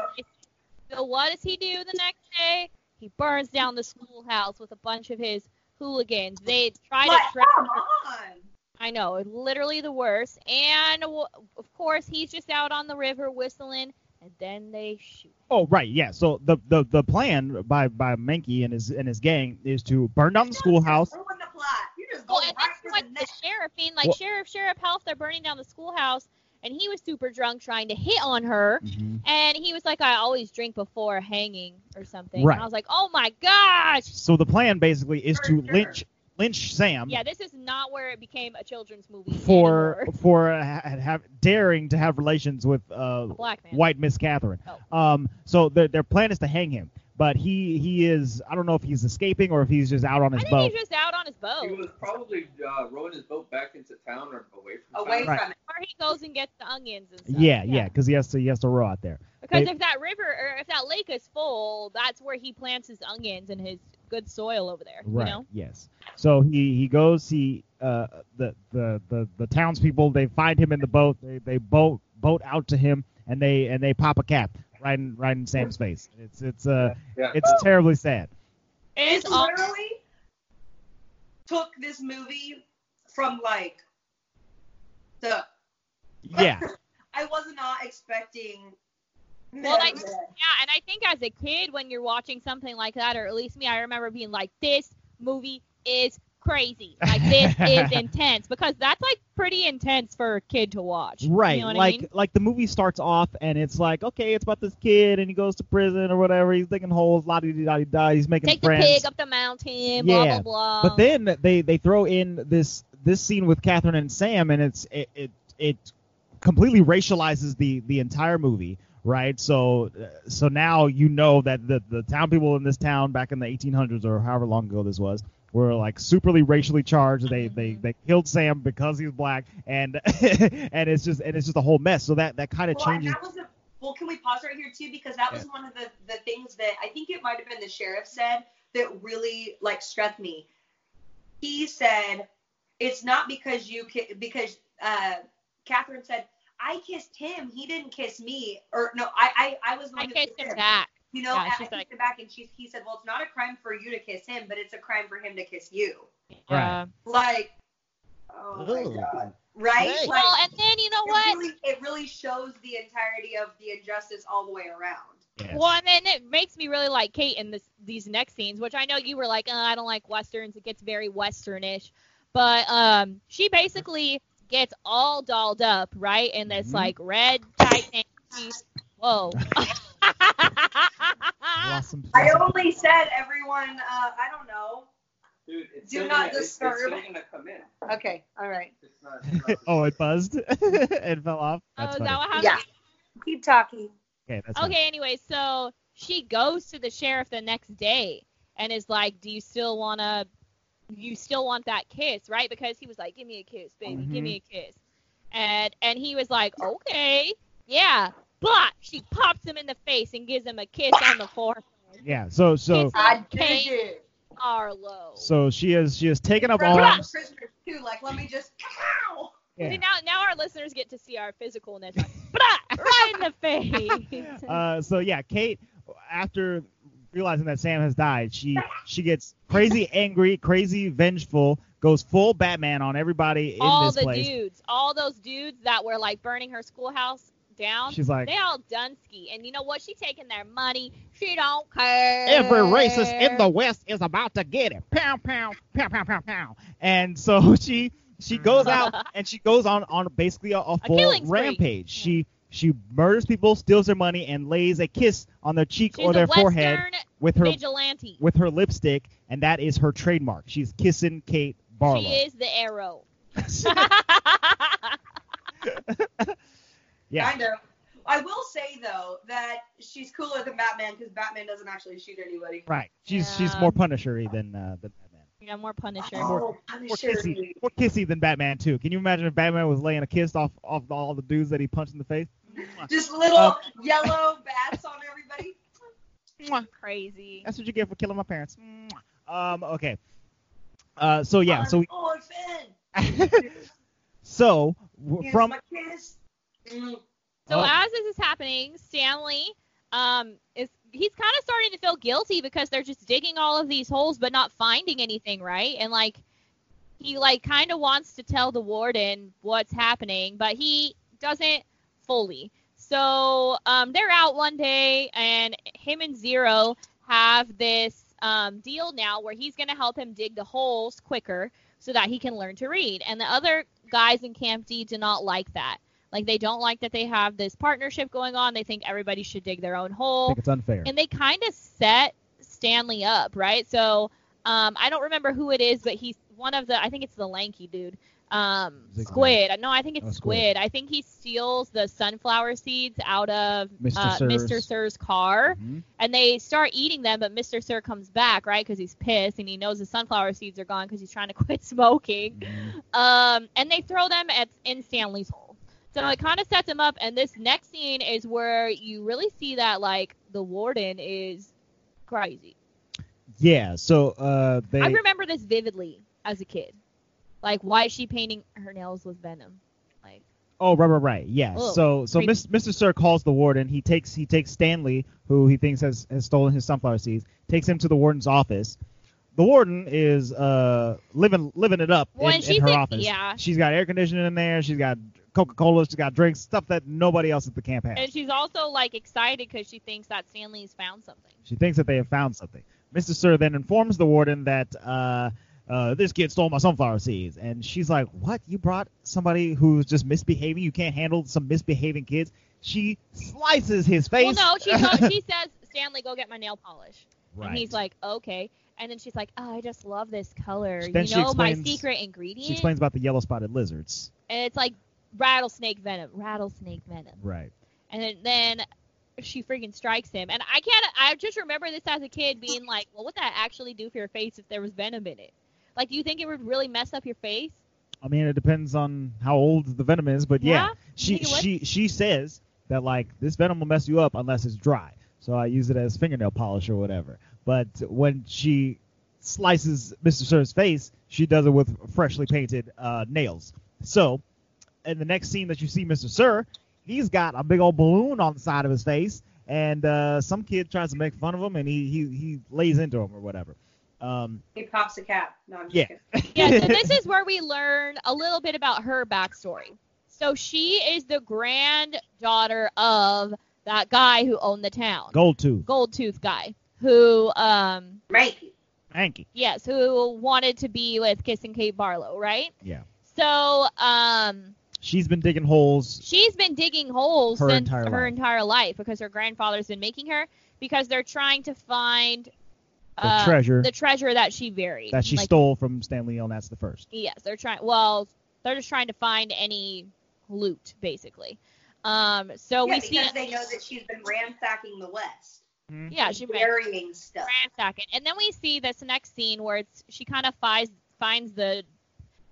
So what does he do the next day? He burns down the schoolhouse with a bunch of his hooligans. They try to
Like,
trap.
come on.
I know, literally the worst. And w- of course, he's just out on the river whistling, and then they shoot.
Oh, right. Yeah. So the the, the plan by by Menke and his and his gang is to burn down the schoolhouse.
You're ruining the plot. You're just
Well,
going
and
right
that's
for
what
the
the
neck.
sheriff being like,
Well-
sheriff, sheriff, help! They're burning down the schoolhouse, and he was super drunk trying to hit on her.
Mm. Mm-hmm.
And he was like, I always drink before hanging or something. And
Right.
I was like, oh my gosh.
So the plan basically is to
For sure.
lynch lynch Sam
Yeah, this is not where it became a children's movie.
um, for
anymore.
for uh, ha- have daring to have relations with uh,
a black man.
White Miss Catherine.
Oh.
Um, so their their plan is to hang him, but he he is I don't know if he's escaping or if he's just out on
I
his
think
boat.
he's just out on his boat,
He was probably uh, rowing his boat back into town or away from
Away
town.
Right.
from it.
or he goes and gets the onions and stuff.
yeah, yeah, because he has to he has to row out there.
Because
They-
if that river or if that lake is full, that's where he plants his onions and his good soil over there.
Right.
You know?
Yes. So he he goes. He uh the the the the townspeople they find him in the boat. They they boat boat out to him and they and they pop a cap right in right in Sam's face. It's it's uh
Yeah.
it's terribly sad.
It's
It
all
literally took this movie from like the.
Yeah.
I was not expecting.
Well, like-
this.
Yeah, and I think as a kid, when you're watching something like that, or at least me, I remember being like, "This movie is crazy. Like this is intense," because that's like pretty intense for a kid to watch.
Right.
You know what
like
I mean?
like the movie starts off and it's like, okay, it's about this kid and he goes to prison or whatever, he's digging holes, la di da di da, he's making
Take
friends.
the pig up the mountain.
Yeah,
Blah blah blah.
Um,
but then they they throw in this this scene with Catherine and Sam and it's it it, it completely racializes the the entire movie, right? So uh, so now you know that the the town people in this town back in the 1800s or however long ago this was were like superly racially charged. They they
Mm-hmm.
Mhm.
they killed Sam because he's black and and it's just and it's just a whole mess. So that that kind of
Well, and
changes
that was a, well, can we pause right here too? Because that was one of the, the things that I think it might have been the sheriff said that really like struck me. He said, "It's not because you ki- because uh, Catherine said I kissed him. He didn't kiss me. Or no, I I, I was the
I
one who
kissed him back.
You know,
Yeah,
and I
she's
kissed
like-
him back, and she he said, "Well, it's not a crime for you to kiss him, but it's a crime for him to kiss you."
Right.
Uh,
Like, oh
Ooh.
my god, right?
Hey.
Like,
well, and then you know what?
it really, it really shows the entirety of the injustice all the way around.
Yeah.
Well, and then it makes me really like Kate in this these next scenes, which I know you were like, uh, I don't like westerns. It gets very westernish, but um, she basically gets all dolled up, right, in this
Mhm.
like red tight panties. Whoa.
Blossom-
I only said everyone. Uh, I don't know.
Dude, it's
Do
still
not
gonna- it's-
disturb.
It's, still gonna come in.
Okay, all right.
It's not, it's not
oh, it buzzed and fell off.
oh,
That's
is
funny.
that what happened?
Yeah. Keep talking.
Okay, that's funny.
Okay, anyway, so she goes to the sheriff the next day and is like, "Do you still want to you still want that kiss, right?" Because he was like, "Give me a kiss, baby. Give me
Mm-hmm.
a kiss." And and he was like, "Okay. Yeah." But she pops him in the face and gives him a kiss on the forehead.
Yeah. So so
It's- I did
did
it.
it.
Arlo.
so she has she has taken up
Blah.
arms.
too. Like, let me just.
See, now now our listeners get to see our physicalness. Like, "Blah!" right in the face.
Uh, so yeah, Kate, after realizing that Sam has died, she she gets crazy angry, crazy vengeful, goes full Batman on everybody in
all
this
the
place.
dudes, all those dudes that were like burning her schoolhouse down,
She's like,
they all Dunsky. And you know what? She taking their money. She don't care.
every racist in the West is about to get it. Pound, pound, pound, pound, pound, pound. And so she she goes out and she goes on on basically a, a full
killing spree.
rampage. She she murders people, steals their money, and lays a kiss on their cheek
She's
or their
a Western
forehead with her
vigilante.
with her lipstick, and that is her trademark. She's kissing Kate
She
Barlow.
is the arrow.
yeah,
Kind of. I will say though that she's cooler than Batman because Batman doesn't actually shoot anybody.
right. She's she's
Yeah.
more Punishery than uh, than Batman.
yeah, more Punisher.
Oh,
More
Punisher.
kissy, more kissy than Batman too. Can you imagine if Batman was laying a kiss off off all the dudes that he punched in the face?
Just little
Uh,
yellow bats on everybody.
Mwah.
Crazy.
That's what you get for killing my parents. Mwah. Um, okay. Uh, so yeah, so
oh, Finn.
we- so w-
Here's
from
my kiss. Mm.
So
Oh.
as this is happening, Stanley um is he's kind of starting to feel guilty because they're just digging all of these holes but not finding anything, right? And like he like kind of wants to tell the warden what's happening, but he doesn't fully. So um they're out one day and him and Zero have this um, deal now where he's going to help him dig the holes quicker so that he can learn to read. And the other guys in Camp D do not like that. Like they don't like that they have this partnership going on. They think everybody should dig their own
I
hole.
think it's unfair.
And they kind of set Stanley up, right? So um, I don't remember who it is, but he's one of the. I think it's the lanky dude. Um,
Zigman.
squid. No, I think it's
Oh, Squid.
squid. I think he steals the sunflower seeds out of
Mr.
uh,
Sir's.
Mr. Sir's car
Mhm.
and they start eating them but mr sir comes back right because he's pissed and he knows the sunflower seeds are gone because he's trying to quit smoking
Mhm.
um, and they throw them at in stanley's hole so it kind of sets him up and this next scene is where you really see that like the warden is crazy
Yeah, so uh, they
i remember this vividly as a kid like why is she painting her nails with venom like
Oh, right, right, right. Yeah.
Ugh,
so, so
creepy.
Mis- Mr. Sir calls the warden. He takes he takes Stanley, who he thinks has, has stolen his sunflower seeds, takes him to the warden's office. The warden is uh living living it up
Well,
in,
and
in
she's
her
in-
office.
yeah.
She's got air conditioning in there. She's got Coca Cola. She's got drinks, stuff that nobody else at the camp has.
and she's also like excited because she thinks that stanley's found something
She thinks that they have found something. Mr. Sir then informs the warden that uh, uh, this kid stole my sunflower seeds. And she's like, What? You brought somebody who's just misbehaving? You can't handle some misbehaving kids? She slices his face.
well no she, goes, she says stanley go get my nail polish And he's like, okay. And then she's like, oh, I just love this color.
Then she
you know
explains-
my secret ingredient?
She explains about the yellow spotted lizards.
and it's like rattlesnake venom, rattlesnake venom.
Right.
And then, then she freaking strikes him. And I can't, I just remember this as a kid being like, well, what that actually do for your face if there was venom in it? Like, do you think it would really mess up your face?
I mean, it depends on how old the venom is, but yeah.
Yeah?
She,
Think it would?
she, she says that, like, this venom will mess you up unless it's dry. So I use it as fingernail polish or whatever. But when she slices Mr. Sir's face, she does it with freshly painted uh, nails. So, in the next scene that you see Mr. Sir, he's got a big old balloon on the side of his face, and uh, some kid tries to make fun of him, and he, he, he lays into him or whatever. Um,
He pops a cap. No, I'm just
Yeah.
kidding.
Yeah, so this is where we learn a little bit about her backstory. So she is the granddaughter of that guy who owned the town,
Gold tooth,
Gold Tooth guy, who um,
Mikey.
Anky.
Yes, who wanted to be with Kissing Kate Barlow, right?
Yeah.
So, um,
She's been digging holes
she's been digging holes
Her
since
entire
her
life.
entire life because her grandfather's been making her because they're trying to find
The
uh,
treasure.
the treasure that she buried.
that she
Like,
stole from Stanley Elnats the first.
Yes, they're trying. Well, they're just trying to find any loot, basically. Um, so
yeah,
we see.
because they know that she's been ransacking the West.
yeah, she buried
burying stuff.
ransacking. And then we see this next scene where it's she kind of finds finds the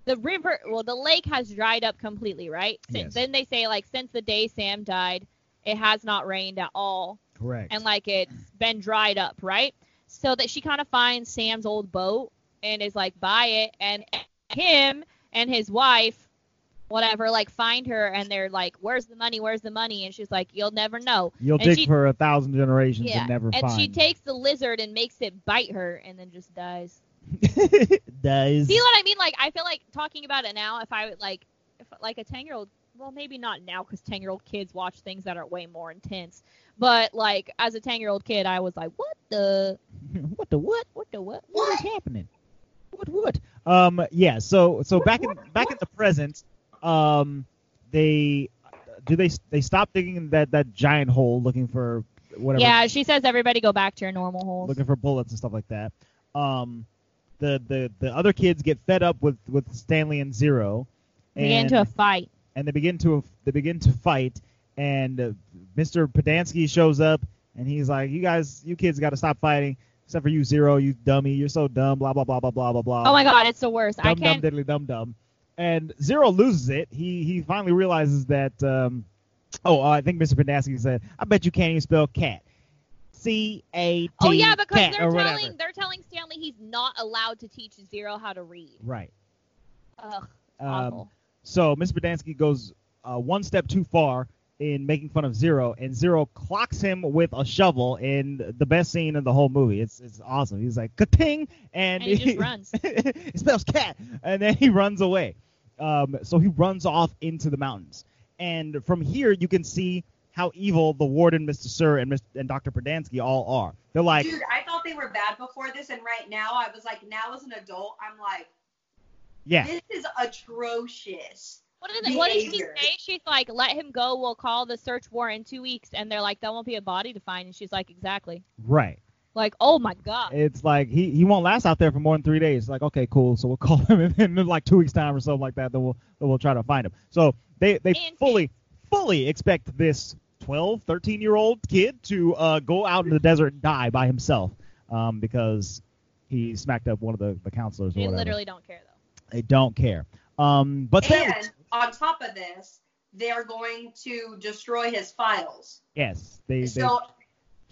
the river. Well, the lake has dried up completely, right?
Yes.
Since, Then they say like since the day Sam died, it has not rained at all,
Correct.
and like it's been dried up, right? So that she kind of finds Sam's old boat and is like buy it, and him and his wife whatever, like find her and they're like, Where's the money? Where's the money? And she's like, You'll never know.
You'll
And
dig
she-
for a thousand generations
Yeah,
and never
And
find.
she takes the lizard and makes it bite her and then just dies.
Dies.
See what I mean? Like I feel like talking about it now. If I would like, if like a ten year old, well maybe not now because ten year old kids watch things that are way more intense. But like as a ten year old kid, I was like, what the
what the what?
what the what?
What is happening? What what? Um yeah, so so back in back in the present, um they do they they stop digging in that that giant hole looking for whatever
Yeah, she says everybody go back to your normal holes.
looking for bullets and stuff like that. Um the the the other kids get fed up with with Stanley and Zero
they get
and
into a fight.
and they begin to they begin to fight and uh, Mr. Podansky shows up and he's like you guys you kids got to stop fighting except for you Zero you dummy you're so dumb blah blah blah blah blah blah blah
Oh my god, it's the worst. I
dum dum
can't.
diddly dum dum. And Zero loses it. He he finally realizes that. Um, oh, uh, I think Mr. Podasky said, "I bet you can't even spell cat." C A T.
Oh yeah, because
cat,
they're
or
telling
whatever.
they're telling Stanley he's not allowed to teach Zero how to read.
Right.
Ugh,
Um,
awful.
so Mr. Podansky goes uh, one step too far in making fun of Zero, and Zero clocks him with a shovel in the best scene in the whole movie. It's it's awesome. He's like, "Kating!" And,
And he just runs.
it spells cat, and then he runs away. Um, so he runs off into the mountains, and from here you can see how evil the warden, Mr. Sir, and Mr. and Dr. Perdansky all are. They're like,
Dude, I thought they were bad before this, and right now I was like, now as an adult, I'm like,
yeah,
this is atrocious.
What is it? What did she
behavior.
say? She's like, let him go. We'll call the search warrant in two weeks. And they're like, there won't be a body to find. And she's like, exactly.
right.
Like, oh my god.
It's like he, he won't last out there for more than three days. Like, okay, cool. So we'll call him in, in like two weeks time or something like that. Then we'll then we'll try to find him. So they they
And-
fully fully expect this 12, 13 year old kid to uh, go out in the desert and die by himself um, because he smacked up one of the, the counselors or
They
whatever.
literally don't care though.
They don't care. Um, but then
And on top of this, they are going to destroy his files.
yes, they, they
So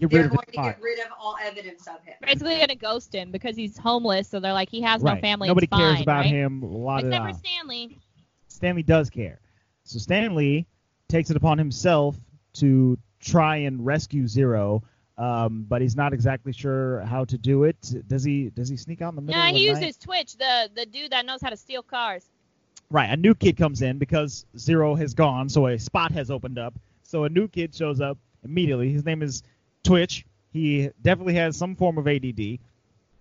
get rid
they're
of his
going to
file.
get rid of all evidence of him.
Basically, gonna ghost him because he's homeless. So they're like, he has
right.
no family.
Nobody
it's
cares
fine,
about
right?
him. La da
Except
da.
for Stanley.
Stanley does care. So Stanley takes it upon himself to try and rescue Zero, um, but he's not exactly sure how to do it. Does he? Does he sneak out in the middle?
Nah,
of
he
the
uses
night?
Twitch, the the dude that knows how to steal cars.
Right, a new kid comes in because Zero has gone, so a spot has opened up. So a new kid shows up immediately. His name is Twitch. He definitely has some form of ADD,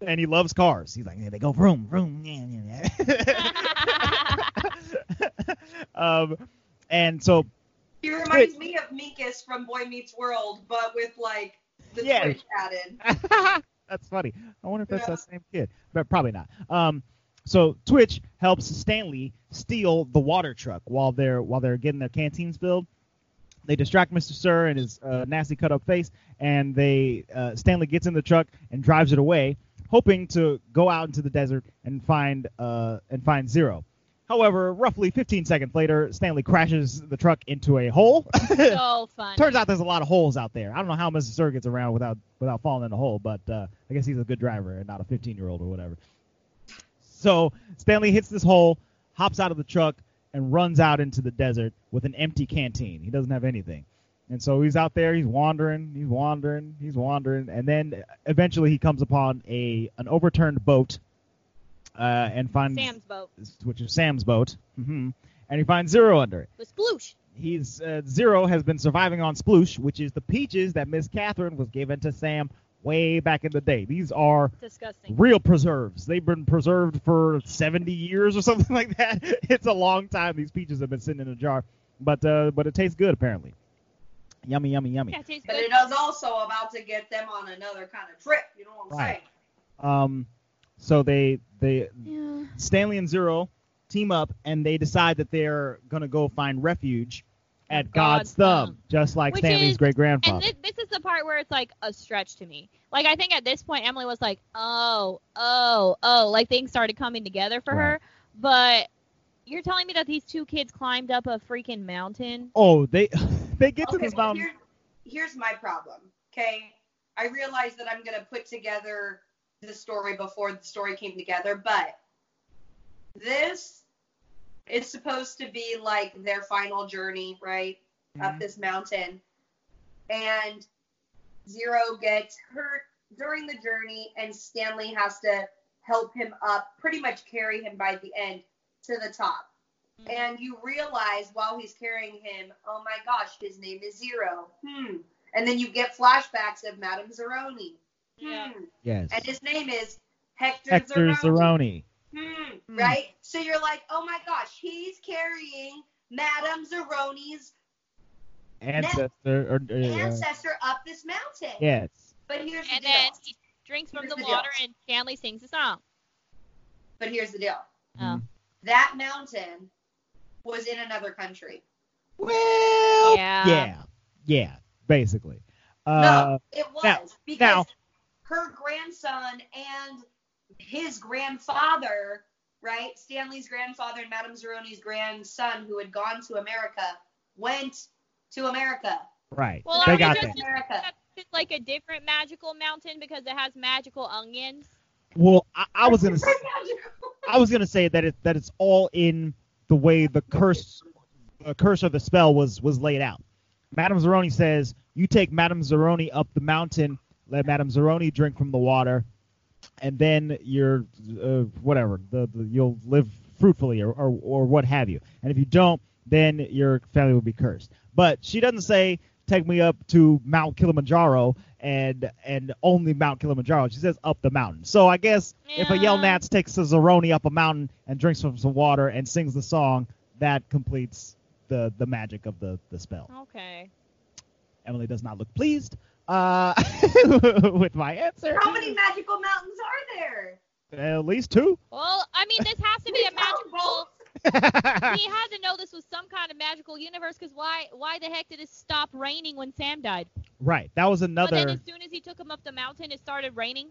and he loves cars. He's like, yeah, they go vroom, vroom, yeah, yeah, yeah. um, and so
He reminds me of Minkus from Boy Meets World, but with like the
Yeah.
Twitch added.
that's funny. I wonder if that's that same kid, but probably not. Um, so Twitch helps Stanley steal the water truck while they're while they're getting their canteens filled. They distract Mr. Sir and his uh, nasty cut up face, and they uh, Stanley gets in the truck and drives it away, hoping to go out into the desert and find uh, and find Zero. However, roughly 15 seconds later, Stanley crashes the truck into a hole.
so fun.
Turns out there's a lot of holes out there. I don't know how Mr. Sir gets around without without falling in a hole, but uh, I guess he's a good driver and not a 15 year old or whatever. So Stanley hits this hole, hops out of the truck, and runs out into the desert with an empty canteen. He doesn't have anything, and so he's out there. He's wandering. He's wandering. He's wandering, and then eventually he comes upon a an overturned boat, uh, and finds
Sam's boat
which is Sam's boat, hmm and he finds Zero under it
with sploosh.
he's uh, zero has been surviving on sploosh which is the peaches that miss catherine was giving to sam way back in the day these are
Disgusting.
real preserves they've been preserved for 70 years or something like that it's a long time these peaches have been sitting in a jar but uh, but it tastes good apparently yummy yummy yummy
Yeah, it tastes
But
good.
it is also about to get them on another kind of trip. You know what I'm
Right. um so they they
Yeah.
stanley and zero team up and they decide that they're gonna go find refuge at god's,
God's
thumb,
thumb.
just like
Which
stanley's
is-
great grandfather
And this, this is the part where it's like a stretch to me. Like I think at this point Emily was like, "Oh, oh, oh," like things started coming together for her. But you're telling me that these two kids climbed up a freaking mountain?
Oh, they they get
saying?
to
Okay,
this
well,
mountain.
here- here's my problem. Okay. I realize that I'm going to put together the story before the story came together, but this It's supposed to be like their final journey, right? Up this mountain. And Zero gets hurt during the journey, and Stanley has to help him up, pretty much carry him by the end to the top.
Mm-hmm.
And you realize while he's carrying him, oh my gosh, his name is Zero. Hmm. And then you get flashbacks of Madame Zeroni. Hmm.
Yeah.
Yes.
And his name is Hector,
Hector Zeroni.
Zeroni. Hmm,
Hmm.
Right? So you're like, oh my gosh, he's carrying Madame Zeroni's
Ancestor. Or, or, uh,
ancestor up this mountain.
yes.
But here's the
And
deal.
then he drinks from
Here's
the
the
water, and Stanley sings a song.
But here's the deal.
Mm-hmm.
Oh.
That mountain was in another country.
Well,
Yeah.
yeah. Yeah, basically. Uh,
No, it was
now-
because
now-
her grandson and his grandfather, right? Stanley's grandfather and Madame Zeroni's grandson, who had gone to America, went to America.
Right.
Well,
they
are we
got
just
that.
America.
It's like a different magical mountain because it has magical onions.
Well, I, I was gonna, s- I was gonna say that it that it's all in the way the curse, the curse or the spell was was laid out. Madame Zeroni says, "You take Madame Zeroni up the mountain. Let Madame Zeroni drink from the water, and then you're uh, whatever. The, the you'll live fruitfully or, or or what have you. And if you don't, then your family will be cursed." But she doesn't say, "Take me up to Mount Kilimanjaro." And and only Mount Kilimanjaro. She says up the mountain. So I guess if a
Yeah.
Yell Nats takes a Zeroni up a mountain and drinks from some water and sings the song, that completes the the magic of the the spell.
Okay.
Emily does not look pleased uh, with my answer.
How many magical mountains are there?
At least two.
Well, I mean, this has to be a magical. he had to know this was some kind of magical universe because why? Why the heck did it stop raining when Sam died?
right. That was
But then
another.
as soon as he took him up the mountain, it started raining.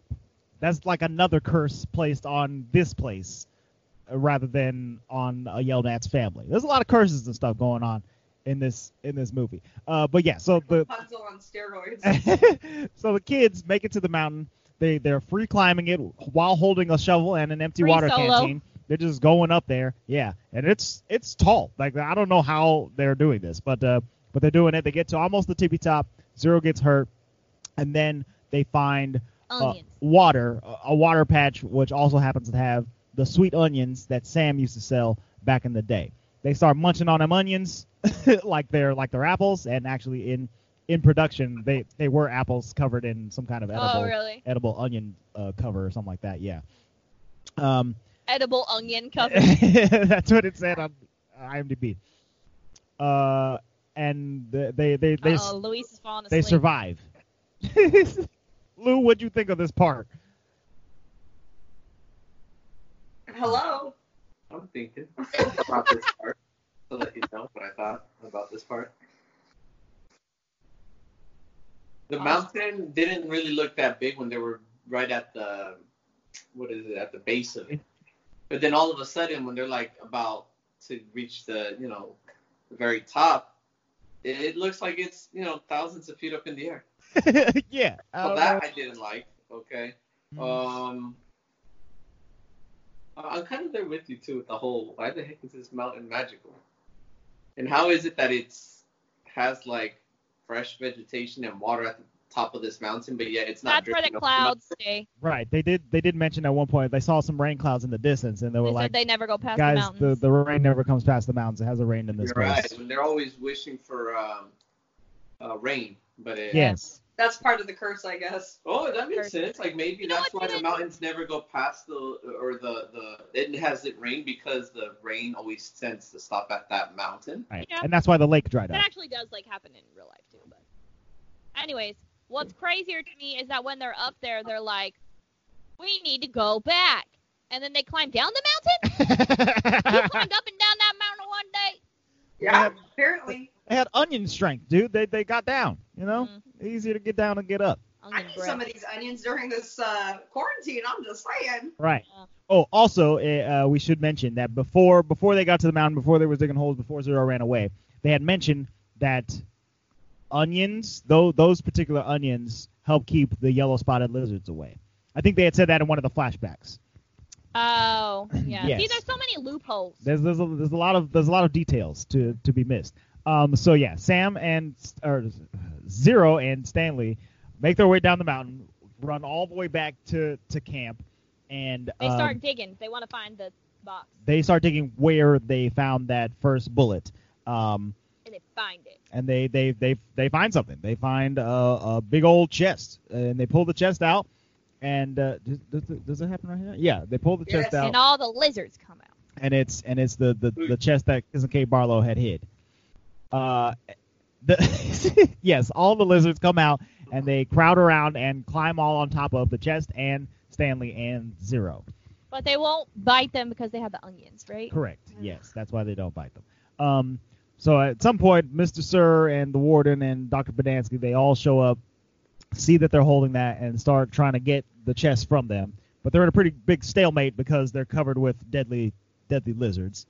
That's like another curse placed on this place, uh, rather than on a Yelnats family. There's a lot of curses and stuff going on in this in this movie. Uh, but yeah, so the
Rapunzel on steroids.
so the kids make it to the mountain. They they're free climbing it while holding a shovel and an empty
Free
water
solo.
canteen. They're just going up there. Yeah, and it's it's tall. Like I don't know how they're doing this, but uh, but they're doing it. They get to almost the tippy top. Zero gets hurt, and then they find uh,
Onions.
water, a- a water patch, which also happens to have the sweet onions that Sam used to sell back in the day. They start munching on them onions, like they're like they're apples, and actually in in production they they were apples covered in some kind of edible
oh, really?
edible onion uh, cover or something like that. Yeah. Um,
Edible onion cover.
that's what it said on IMDb. Uh, and they they they, they,
Oh, Luis is falling
they
asleep.
survive. Lou, what'd you think of this part?
Hello.
I'm thinking about this part. To let you know what I thought about this part. The mountain didn't really look that big when they were right at the what is it at the base of it. But then all of a sudden, when they're like about to reach the you know the very top, it, it looks like it's you know thousands of feet up in the air.
yeah. I
So
don't
that
know.
I didn't like. Okay.
Mm.
Um, I- I'm kind of there with you too with the whole why the heck is this mountain magical, and how is it that it's has like fresh vegetation and water at the top of this mountain, but yet it's not.
That's where the
dripping off
clouds stay.
right. They did. They did mention at one point they saw some rain clouds in the distance, and they
They
were
said
like,
they never go past the
"Guys, the,
mountains.
the rain never comes past the mountains. It hasn't rained in
mountain.
this
You're
place."
right. When they're always wishing for um, uh, rain, but it,
Yes.
That's part of the curse, I guess.
Oh, that makes
Perfect.
sense. Like maybe
know
that's
what,
why the
Peter?
mountains never go past the or the the it hasn't rained because the rain always tends to stop at that mountain.
Right.
Yeah.
And that's why the lake dried
That
up.
actually does like happen in real life too. But anyways, what's crazier to me is that when they're up there, they're like, "We need to go back," and then they climb down the mountain. You climbed up and down that mountain one day.
Yeah.
Apparently.
they had onion strength, dude. They they got down. You know,
Mm,
easier to get down and get up.
I'm
I
gonna
need
breath.
some of these onions during this uh, quarantine. I'm just saying.
Right.
Yeah.
Oh, also, eh, uh, we should mention that before before they got to the mountain, before they were digging holes, before Zero ran away, they had mentioned that onions, though those particular onions, help keep the yellow spotted lizards away. I think they had said that in one of the flashbacks.
Oh, yeah. See,
Yes.
there's so many loopholes.
There's there's a, there's a lot of there's a lot of details to to be missed. Um, so yeah, Sam and or Zero and Stanley make their way down the mountain, run all the way back to to camp, and
They
um,
start digging. They want to find the box,
they start digging where they found that first bullet. Um,
and they find it.
and they they they they find something. They find a, a big old chest, and they pull the chest out. And uh, does, does, it- does it happen right here? Yeah, they pull the
Yes.
chest out,
And all the lizards come out.
and it's and it's the the, the chest that Cousin Kate Barlow had hid. Uh, the yes, all the lizards come out and they crowd around and climb all on top of the chest and Stanley and Zero.
But they won't bite them because they have the onions, right?
Correct. Yes, that's why they don't bite them. Um, so at some point, Mr. Sir and the warden and Dr. Badansky, they all show up, see that they're holding that, and start trying to get the chest from them. But they're in a pretty big stalemate because they're covered with deadly, deadly lizards.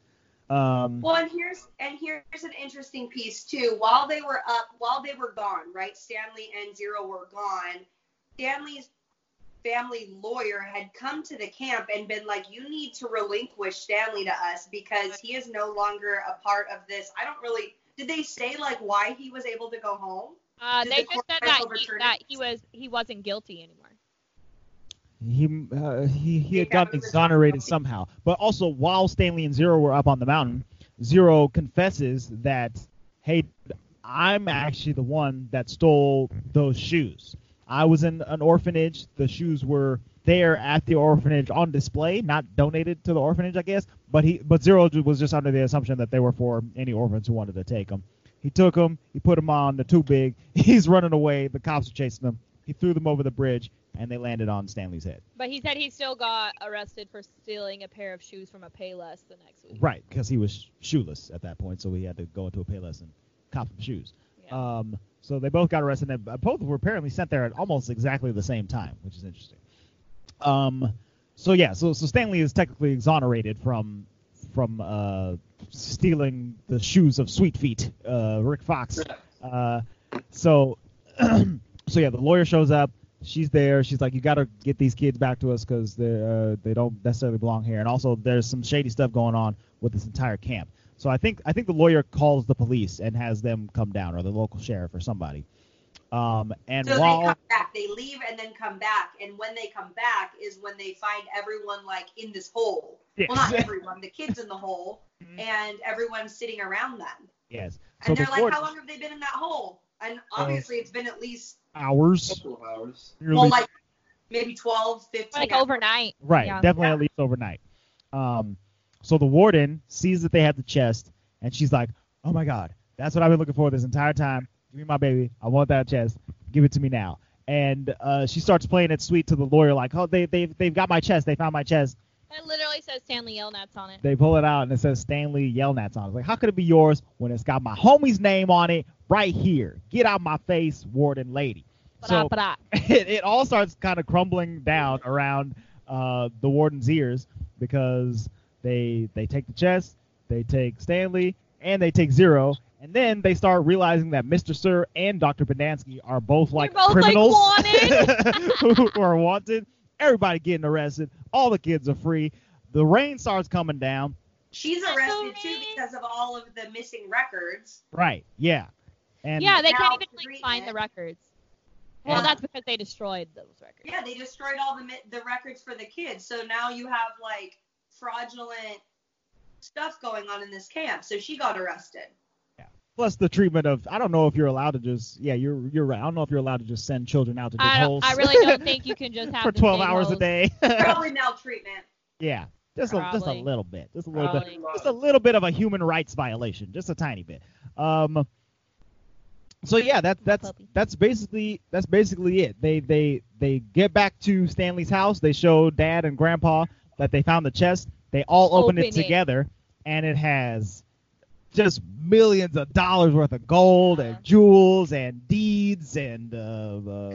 Um,
Well, and here's and here's an interesting piece too. While they were up, while they were gone, right? Stanley and Zero were gone. Stanley's family lawyer had come to the camp and been like, "You need to relinquish Stanley to us because he is no longer a part of this." I don't really. Did they say like why he was able to go home?
Uh,
Did
they
the
just
court
said
find
that he,
overturned
that
it?
he was he wasn't guilty anymore.
he uh, he, he had
They got
gotten
him to the
exonerated
top.
somehow. But also, while Stanley and Zero were up on the mountain, Zero confesses that, hey, I'm actually the one that stole those shoes. I was in an orphanage. The shoes were there at the orphanage on display, not donated to the orphanage, I guess. But he, but Zero ju- was just under the assumption that they were for any orphans who wanted to take them. He took them. He put them on. They're too big. He's running away. The cops are chasing him. He threw them over the bridge, and they landed on Stanley's head.
But he said he still got arrested for stealing a pair of shoes from a Payless the next week.
Right, because he was shoeless at that point, so he had to go into a pay lesson, cop some shoes.
Yeah.
Um, so they both got arrested, and uh, both were apparently sent there at almost exactly the same time, which is interesting. Um, so yeah, so so Stanley is technically exonerated from from uh, stealing the shoes of Sweet Feet, uh, Rick Fox. Uh, so so yeah, the lawyer shows up. She's there. She's like, you got to get these kids back to us because they uh, they don't necessarily belong here. And also, there's some shady stuff going on with this entire camp. So I think I think the lawyer calls the police and has them come down, or the local sheriff, or somebody. Um, and
So
while
they come back, they leave and then come back, and when they come back is when they find everyone like in this hole. Well, not
Yes.
everyone, the kids in the hole, and everyone's sitting around them.
yes, so Oh,
And they're
before
like, how long have they been in that hole? And obviously, it's been at least,
A
hours,
couple of hours.
well,
nearly-
like maybe 12, 15.
Like
hours.
overnight.
Right,
Yeah.
definitely
Yeah.
at least overnight. Um, so the warden sees that they have the chest, and she's like, "Oh my god, that's what I've been looking for this entire time. Give me my baby. I want that chest. Give it to me now." And uh, she starts playing it sweet to the lawyer, like, "Oh, they they they've got my chest. They found my chest."
It literally says Stanley Yelnats on it.
They pull it out, and it says Stanley Yelnats on it. Like, how could it be yours when it's got my homie's name on it right here? Get out my face, warden lady.
Ba-da, ba-da.
it, it all starts kind of crumbling down around uh, the warden's ears because they they take the chest, they take Stanley, and they take Zero, and then they start realizing that Mr. Sir and Dr. Badansky are both like
both, like,
criminals
wanted.
who, who are wanted. Everybody getting arrested. All the kids are free. The rain starts coming down.
She's
That's
arrested
so
too
mean.
because of all of the missing records.
Right. Yeah. And
yeah, they
Now
can't even
to
like
read
find
it.
the records. Well,
Yeah.
that's because they destroyed those records.
Yeah, they destroyed all the, mi- the records for the kids. So now you have like fraudulent stuff going on in this camp. So she got arrested.
plus the treatment of I don't know if you're allowed to just yeah, you're you're right. I don't know if you're allowed to just send children out to dig
I,
holes
don't, I really don't think you can just have
for
the
12
big
hours a
holes.
day.
Probably maltreatment.
Yeah, just a, just a
Probably.
little bit, just a little
Probably.
bit, just a little bit of a human rights violation, just a tiny bit. Um, so yeah, that that's
puppy.
that's basically that's basically it. They they they get back to Stanley's house. They show Dad and Grandpa that they found the chest. They all open, it
Open it.
together, and it has just millions of dollars worth of gold
Uh-huh.
and jewels and deeds and uh, uh,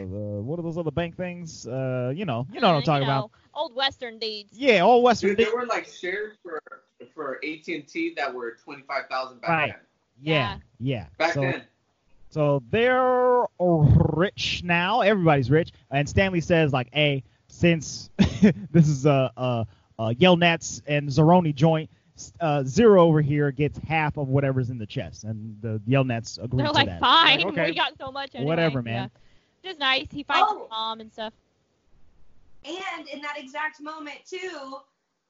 uh, what are those other bank things? Uh, you know, you know what
Uh,
I'm talking about.
know, Old Western deeds.
Yeah, all Western.
Dude, there were like shares for for AT and T that were twenty five thousand back
Right.
then.
Yeah, yeah.
Back
so,
then,
so they're rich now. Everybody's rich. And Stanley says, like, hey, since this is a, a uh, Yelnats and Zeroni joint. S- Uh, Zero over here gets half of whatever's in the chest, and the Yelnats agree
They're
to
like,
that.
fine,
Like, okay,
we got so much. Anyway.
whatever,
Yeah.
man.
Just nice. He finds
Oh.
his mom and stuff.
And in that exact moment, too,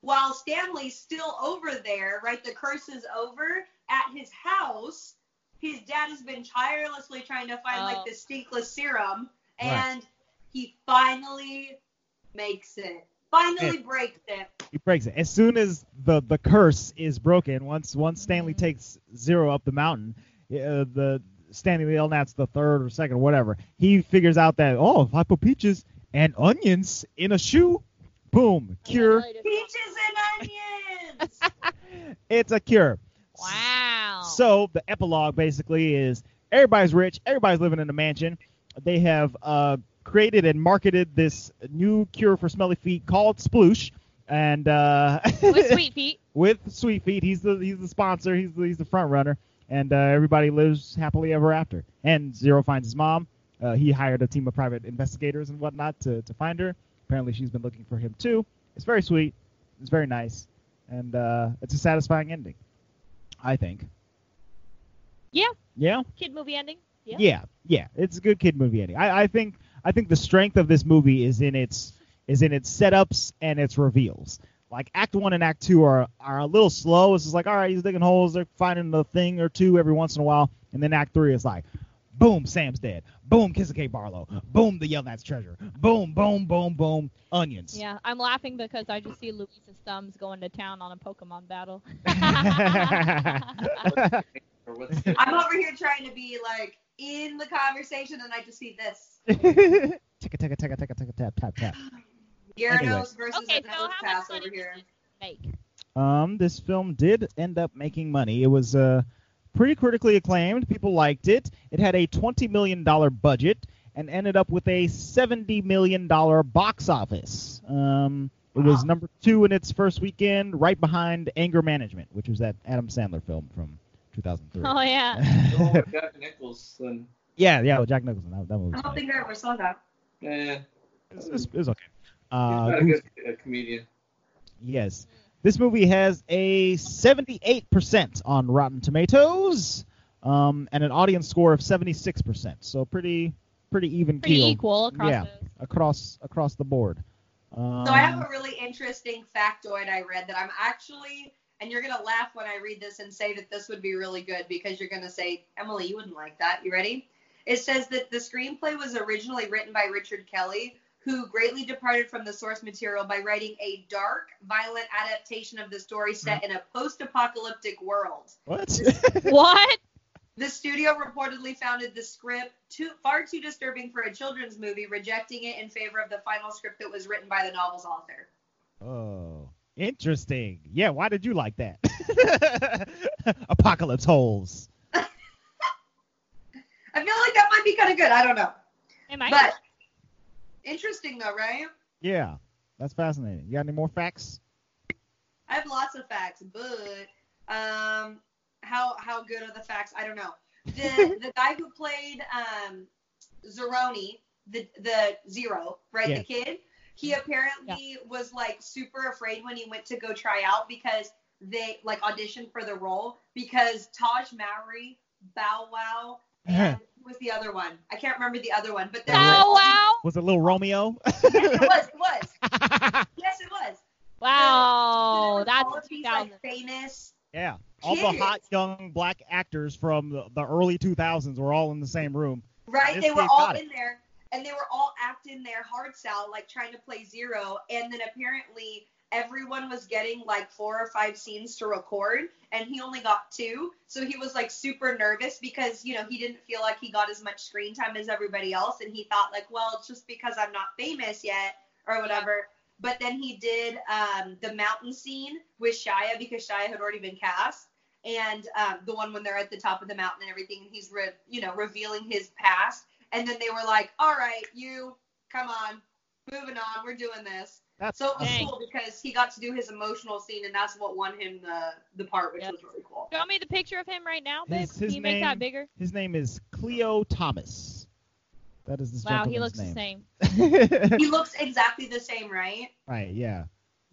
while Stanley's still over there, right, the curse is over at his house, his dad has been tirelessly trying to find,
Oh.
like, the stinkless serum,
Right.
and he finally makes it. Finally breaks it.
He breaks it as soon as the the curse is broken. Once once Stanley
Mhm.
takes Zero up the mountain, uh, the Stanley Yelnats the third or second or whatever. He figures out that oh, if I put peaches and onions in a shoe, boom, cure.
Peaches and onions!
It's a cure.
Wow.
So the epilogue basically is everybody's rich, everybody's living in a mansion. They have uh, created and marketed this new cure for smelly feet called Sploosh, and uh,
with sweet feet.
with Sweet Feet, he's the he's the sponsor, he's the, he's the front runner, and uh, everybody lives happily ever after. And Zero finds his mom. Uh, he hired a team of private investigators and whatnot to, to find her. Apparently, she's been looking for him too. It's very sweet. It's very nice, and uh, it's a satisfying ending, I think.
Yeah.
Yeah.
Kid movie ending. Yeah.
Yeah, yeah, it's a good kid movie ending. I, I think I think the strength of this movie is in its is in its setups and its reveals. Like Act One and Act Two are are a little slow. It's just like all right, he's digging holes, they're finding a thing or two every once in a while, and then Act Three is like, boom, Sam's dead, boom, K. Barlow, boom, the Yelnats treasure, boom, boom, boom, boom, onions.
Yeah, I'm laughing because I just see Luisa's thumbs going to town on a Pokemon battle.
Or what's
I'm over here trying to be, like, in the conversation, and I just see this.
Ticka ticka ticka ticka ticka tap tap tap.
Gyarados
Anyway.
versus
okay, so
another
how much
pass
money
over
did
here.
this make?
Um, this film did end up making money. It was uh, pretty critically acclaimed. People liked it. It had a $20 million budget and ended up with a $70 million box office. Um, it was
Wow.
number two in its first weekend, right behind Anger Management, which was that Adam Sandler film from 2003.
Oh yeah.
Oh, with Jack Nicholson.
yeah, yeah, with Jack Nicholson. That, that movie
I
was
don't think I ever saw that.
Uh,
Eh,
it was, it was okay.
he's
Uh,
not a good uh, comedian.
Yes. This movie has a 78% on Rotten Tomatoes um, and an audience score of 76%. So pretty pretty even
Pretty
keel
equal across
Yeah.
those.
across across the board. Um,
So I have a really interesting factoid I read that I'm actually, and you're gonna laugh when I read this and say that this would be really good because you're gonna say, Emily, you wouldn't like that. You ready? It says that the screenplay was originally written by Richard Kelly, who greatly departed from the source material by writing a dark, violent adaptation of the story set in a post-apocalyptic world.
what?
What?
The studio reportedly founded the script too far too disturbing for a children's movie, rejecting it in favor of the final script that was written by the novel's author.
oh, interesting. Yeah, why did you like that? Apocalypse holes.
I feel like that might be kind of good. I don't know.
Am I?
But interesting though, right?
Yeah, that's fascinating. You got any more facts?
I have lots of facts, but um, how how good are the facts? I don't know. The the guy who played um, Zeroni, the the Zero, right?
Yeah.
The kid. He apparently was like super afraid when he went to go try out because they like auditioned for the role because Taj Mowry, Bow Wow, and who was the other one? I can't remember the other one, but there
Bow
were-
wow.
Was it Little Romeo?
Yes, it was. It was. Yes, it was.
Wow. Oh,
So there was all
That's
of these,
2000.
like, famous.
Yeah. All the hot young black actors from the, the early 2000s were all in the same room.
Right?
This
They were
kid
all
got it.
in there, and they were all acting their hearts out, like trying to play zero. And then apparently everyone was getting like four or five scenes to record, and he only got two. So he was like super nervous because you know he didn't feel like he got as much screen time as everybody else, and he thought like, well, it's just because I'm not famous yet or whatever. But then he did um, the mountain scene with Shia because Shia had already been cast and um, the one when they're at the top of the mountain and everything, and he's re- you know revealing his past. And then they were like, "All right, you come on, moving on, we're doing this."
That's
So it was
Dang.
cool because he got to do his emotional scene, and that's what won him the the part, which
Yep.
was really cool.
Show me the picture of him right now, babe.
His-
Can
his
you make that
name-
bigger?
His name is Cleo Thomas. That is this
Wow, he
gentleman's
looks the
name.
same.
the same.
He looks exactly the same, right?
right, yeah.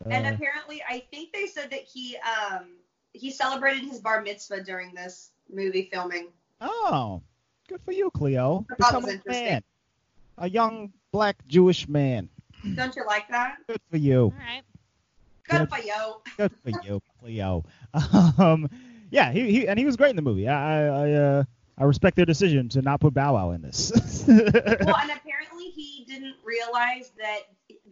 and
Uh,
apparently, I think they said that he um he celebrated his bar mitzvah during this movie filming.
oh, good for you, Cleo.
That
Become a
was interesting.
man, a young black Jewish man.
Don't you like that?
Good for you.
All right.
Good
Yep.
for yo.
Good for you, Cleo. Um, yeah, he, he and he was great in the movie. I I, I, uh, I respect their decision to not put Bow Wow in this.
Well, and apparently he didn't realize that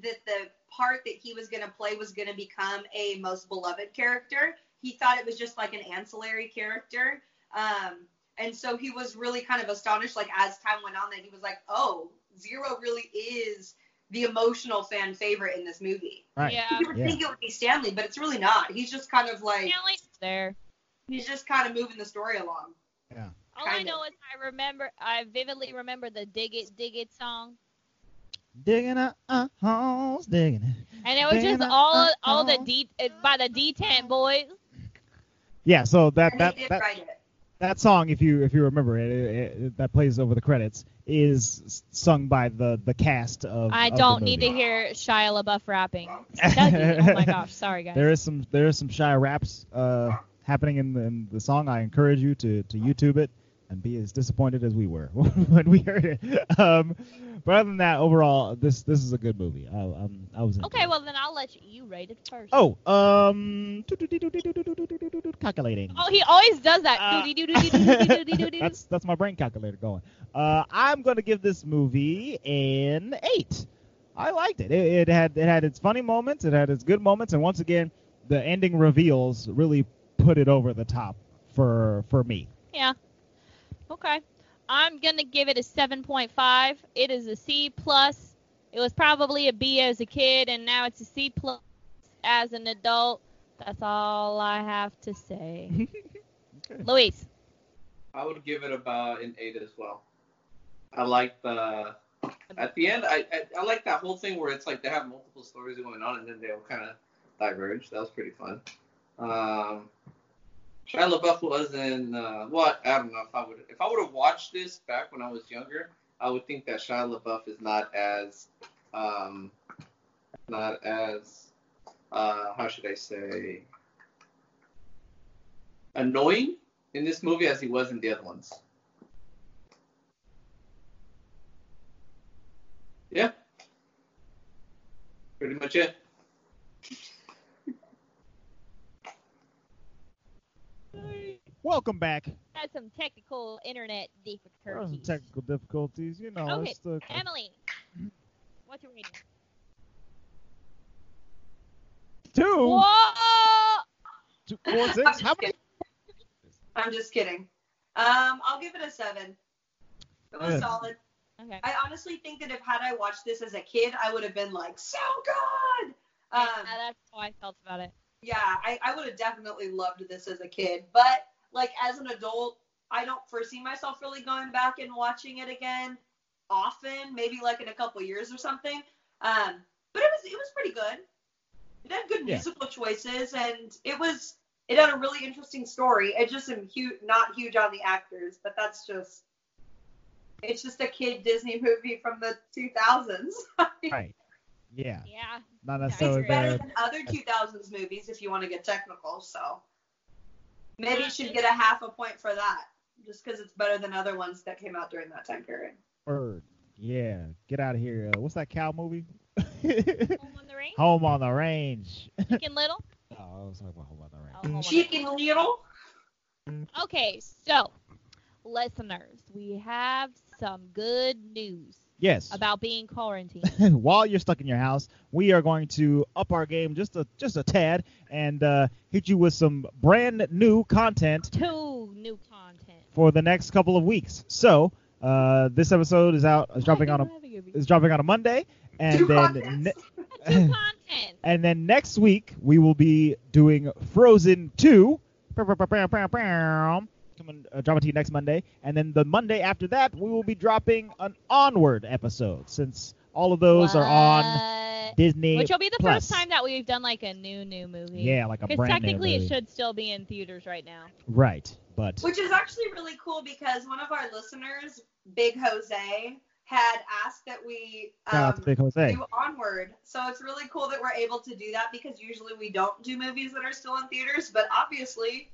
that the part that he was gonna play was gonna become a most beloved character. He thought it was just like an ancillary character. Um, and so he was really kind of astonished, like as time went on, that he was like, oh, Zero really is the emotional fan favorite in this movie.
right.
Yeah.
You would
Yeah.
think it would be Stanley, but it's really not. He's just kind of like
Apparently it's there.
he's just kind of moving the story along.
All I
Kind
know is I remember, I vividly remember the Dig It, Dig It song.
Digging up uh, holes, digging. it.
And it
Dig
was just
it
all
up,
all the
uh,
D, it- by the D10 boys.
Yeah, so that
And
that
he did
that,
write it.
that song, if you if you remember it, it, it, that plays over the credits, is s- sung by the the cast of.
I
of the
don't need to
movie.
hear Shia LaBeouf rapping. That is- oh my gosh, sorry guys.
There is some there is some shy raps uh, happening in the, in the song. I encourage you to, to YouTube it and be as disappointed as we were when we heard it. Um, but other than that, overall, this this is a good movie. I, um, I was into
Okay,
it.
well then I'll let you rate it first.
Oh, um, calculating.
Oh, he always does that.
Uh,
Doody doody doody doody doody doody doody.
that's that's my brain calculator going. Uh, I'm gonna give this movie an eight. I liked it. it. It had it had its funny moments. It had its good moments, and once again, the ending reveals really put it over the top for for me.
Okay. I'm gonna give it a 7.5. It is a C plus. It was probably a B as a kid, and now it's a C plus as an adult. That's all I have to say.
Okay.
Luis,
I would give it about an eight as well. I like the at the end. I I, I like that whole thing where it's like they have multiple stories going on and then they all kind of diverge. That was pretty fun. Um, Shia LaBeouf was in. Uh, well, I don't know if I would if I would have watched this back when I was younger. I would think that Shia LaBeouf is not as um, not as uh, how should I say annoying in this movie as he was in the other ones. Yeah. Pretty much it.
Welcome back.
had some technical internet
There were some
difficulties.
technical difficulties, you know.
Okay,
It's the,
Emily, what's your rating?
two,
Whoa!
two, four, six. How many?
I'm just kidding. Um, I'll give it a seven. It was
Good.
solid.
Okay.
I honestly think that if had I watched this as a kid, I would have been like, so good.
Yeah,
Um,
Ah, that's how I felt about it.
yeah, I, I would have definitely loved this as a kid, but like as an adult, I don't foresee myself really going back and watching it again often. Maybe like in a couple years or something. Um, but it was it was pretty good. It had good
Yeah.
musical choices, and it was it had a really interesting story. It just am huge, not huge on the actors, but that's just it's just a kid Disney movie from the 2000s.
Right. Yeah.
Yeah.
Not
It's
necessarily.
It's better
bad.
than other 2000s movies if you want to get technical. So maybe you should get a half a point for that, just because it's better than other ones that came out during that time period.
Bird. Yeah. Get out of here. Uh, what's that cow movie?
Home on the Range,
Home on the range.
Chicken Little.
Oh, I was talking about Home on the range.
Oh, Home on the
Chicken Little.
Okay, so listeners, we have some good news
Yes.
about being quarantined.
While you're stuck in your house, we are going to up our game just a just a tad and uh, hit you with some brand new content
Two new content.
for the next couple of weeks. So uh, this episode is out is dropping on a is dropping on a Monday, and
Two
then
podcasts.
ne-
two content.
and then next week we will be doing Frozen Two. Pow, pow, pow, pow, pow, pow. Coming, uh, dropping to you next Monday, and then the Monday after that we will be dropping an Onward episode since all of those are on
What?
Disney
Which will be the
Plus.
first time that we've done like a new new movie.
Yeah, like a
Because
brand
technically
new
it
movie.
should still be in theaters right now.
Right, but
Which is actually really cool because one of our listeners, Big Jose, had asked that we
Shout out to
um,
Big Jose.
do Onward. So it's really cool that we're able to do that because usually we don't do movies that are still in theaters, but obviously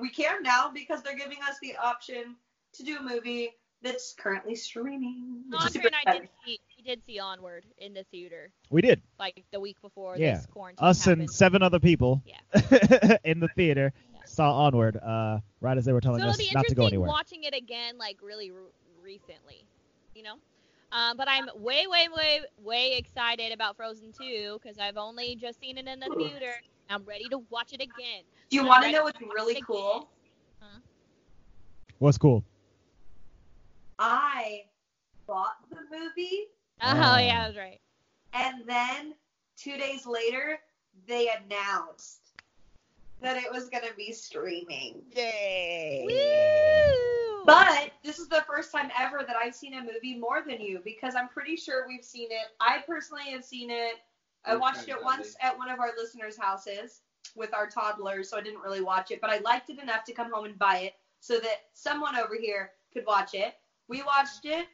we can now because they're giving us the option to do a movie that's currently streaming. which is
Andre
super
and I did
exciting.
see we did see Onward in the theater
We did.
like the week before
Yeah.
this quarantine.
Us
happened.
and seven other people in the theater saw Onward uh, right as they were
So
telling
it'll
us
be
not to go
interesting
anywhere.
watching it again like really re- recently, you know. Um, but I'm way, way, way, way excited about Frozen 2 because I've only just seen it in the theater. I'm ready to watch it again.
Do you
I'm
want to
ready
know what's
watch
really
it again.
cool?
What's cool?
I bought the movie
Oh,
Oh.
yeah, that's right.
and then two days later they announced that it was going to be streaming.
Woo!
But this is the first time ever that I've seen a movie more than you because I'm pretty sure we've seen it. I personally have seen it. I
You're
watched
trying
it
to
once at one of our listeners' houses with our toddlers, so I didn't really watch it, but I liked it enough to come home and buy it so that someone over here could watch it. We watched it.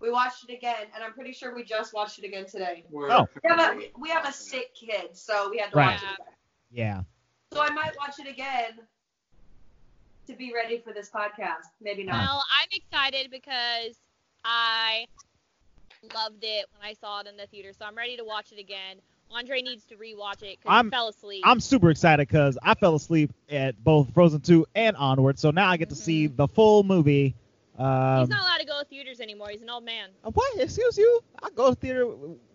We watched it again, and I'm pretty sure we just watched it again today.
We're
Oh.
We have a, we have a sick kid, so we had to
Right.
watch it again.
Yeah.
So I might watch it again to be ready for this podcast. Maybe not.
Well, I'm excited because I loved it when I saw it in the theater, so I'm ready to watch it again. Andre needs to rewatch it because
I'm-
he fell asleep.
I'm super excited because I fell asleep at both Frozen 2 and Onward, so now I get to see the full movie.
Mm-hmm. He's
Um,
not allowed to go to theaters anymore. He's an old man.
what? Excuse you? I go to theater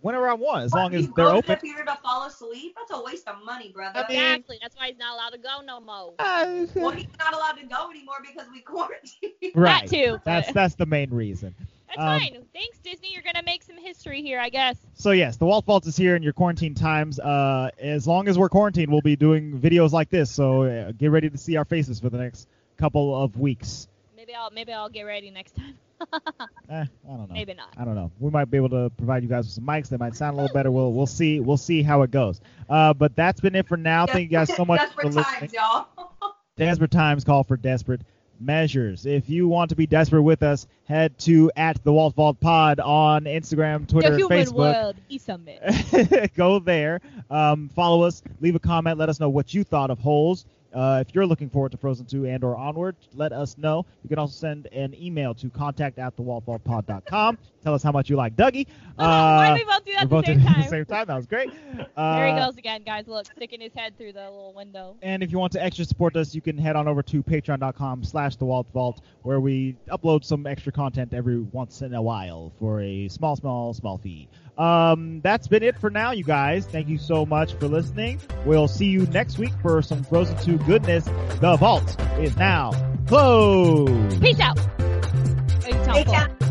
whenever I want, as
What,
long as
you
they're
go to
open.
The theater to fall asleep? That's a waste of money, brother.
I mean-
Exactly. That's why he's not allowed to go no more.
Uh,
well, he's not allowed to go anymore because we quarantined.
That
right.
too.
That's
that's
that's the main reason. um,
fine. Thanks, Disney. You're gonna make some history here, I guess.
So yes, the Walt Vault is here in your quarantine times. Uh, as long as we're quarantined, we'll be doing videos like this. So uh, get ready to see our faces for the next couple of weeks.
Maybe I'll maybe I'll get ready next time.
Eh, I don't know.
Maybe not.
I don't know. We might be able to provide you guys with some mics. They might sound a little better. We'll we'll see we'll see how it goes. Uh, but that's been it for now. Thank you guys so much for
Desperate
listening.
times, y'all.
Desperate times call for desperate measures. If you want to be desperate with us, head to at the Walt Vault Pod on Instagram, Twitter, Facebook.
e-summit.
go there. Um, follow us. Leave a comment. Let us know what you thought of Holes. Uh, if you're looking forward to Frozen 2 and or Onward, let us know. You can also send an email to contact at thewaltballpod.com. Tell us how much you like Dougie.
Why
Uh,
did we both do
we're
that at the
both
same
doing it at
time?
the same time. That was great. Uh,
there he goes again, guys. Look, sticking his head through the little window.
And if you want to extra support us, you can head on over to patreon.com slash the Walt Vault, where we upload some extra content every once in a while for a small, small, small fee. Um, that's been it for now, you guys. Thank you so much for listening. We'll see you next week for some Frozen 2 goodness. The Vault is now closed.
Peace out. Hey, Tom
Take
Paul.
that.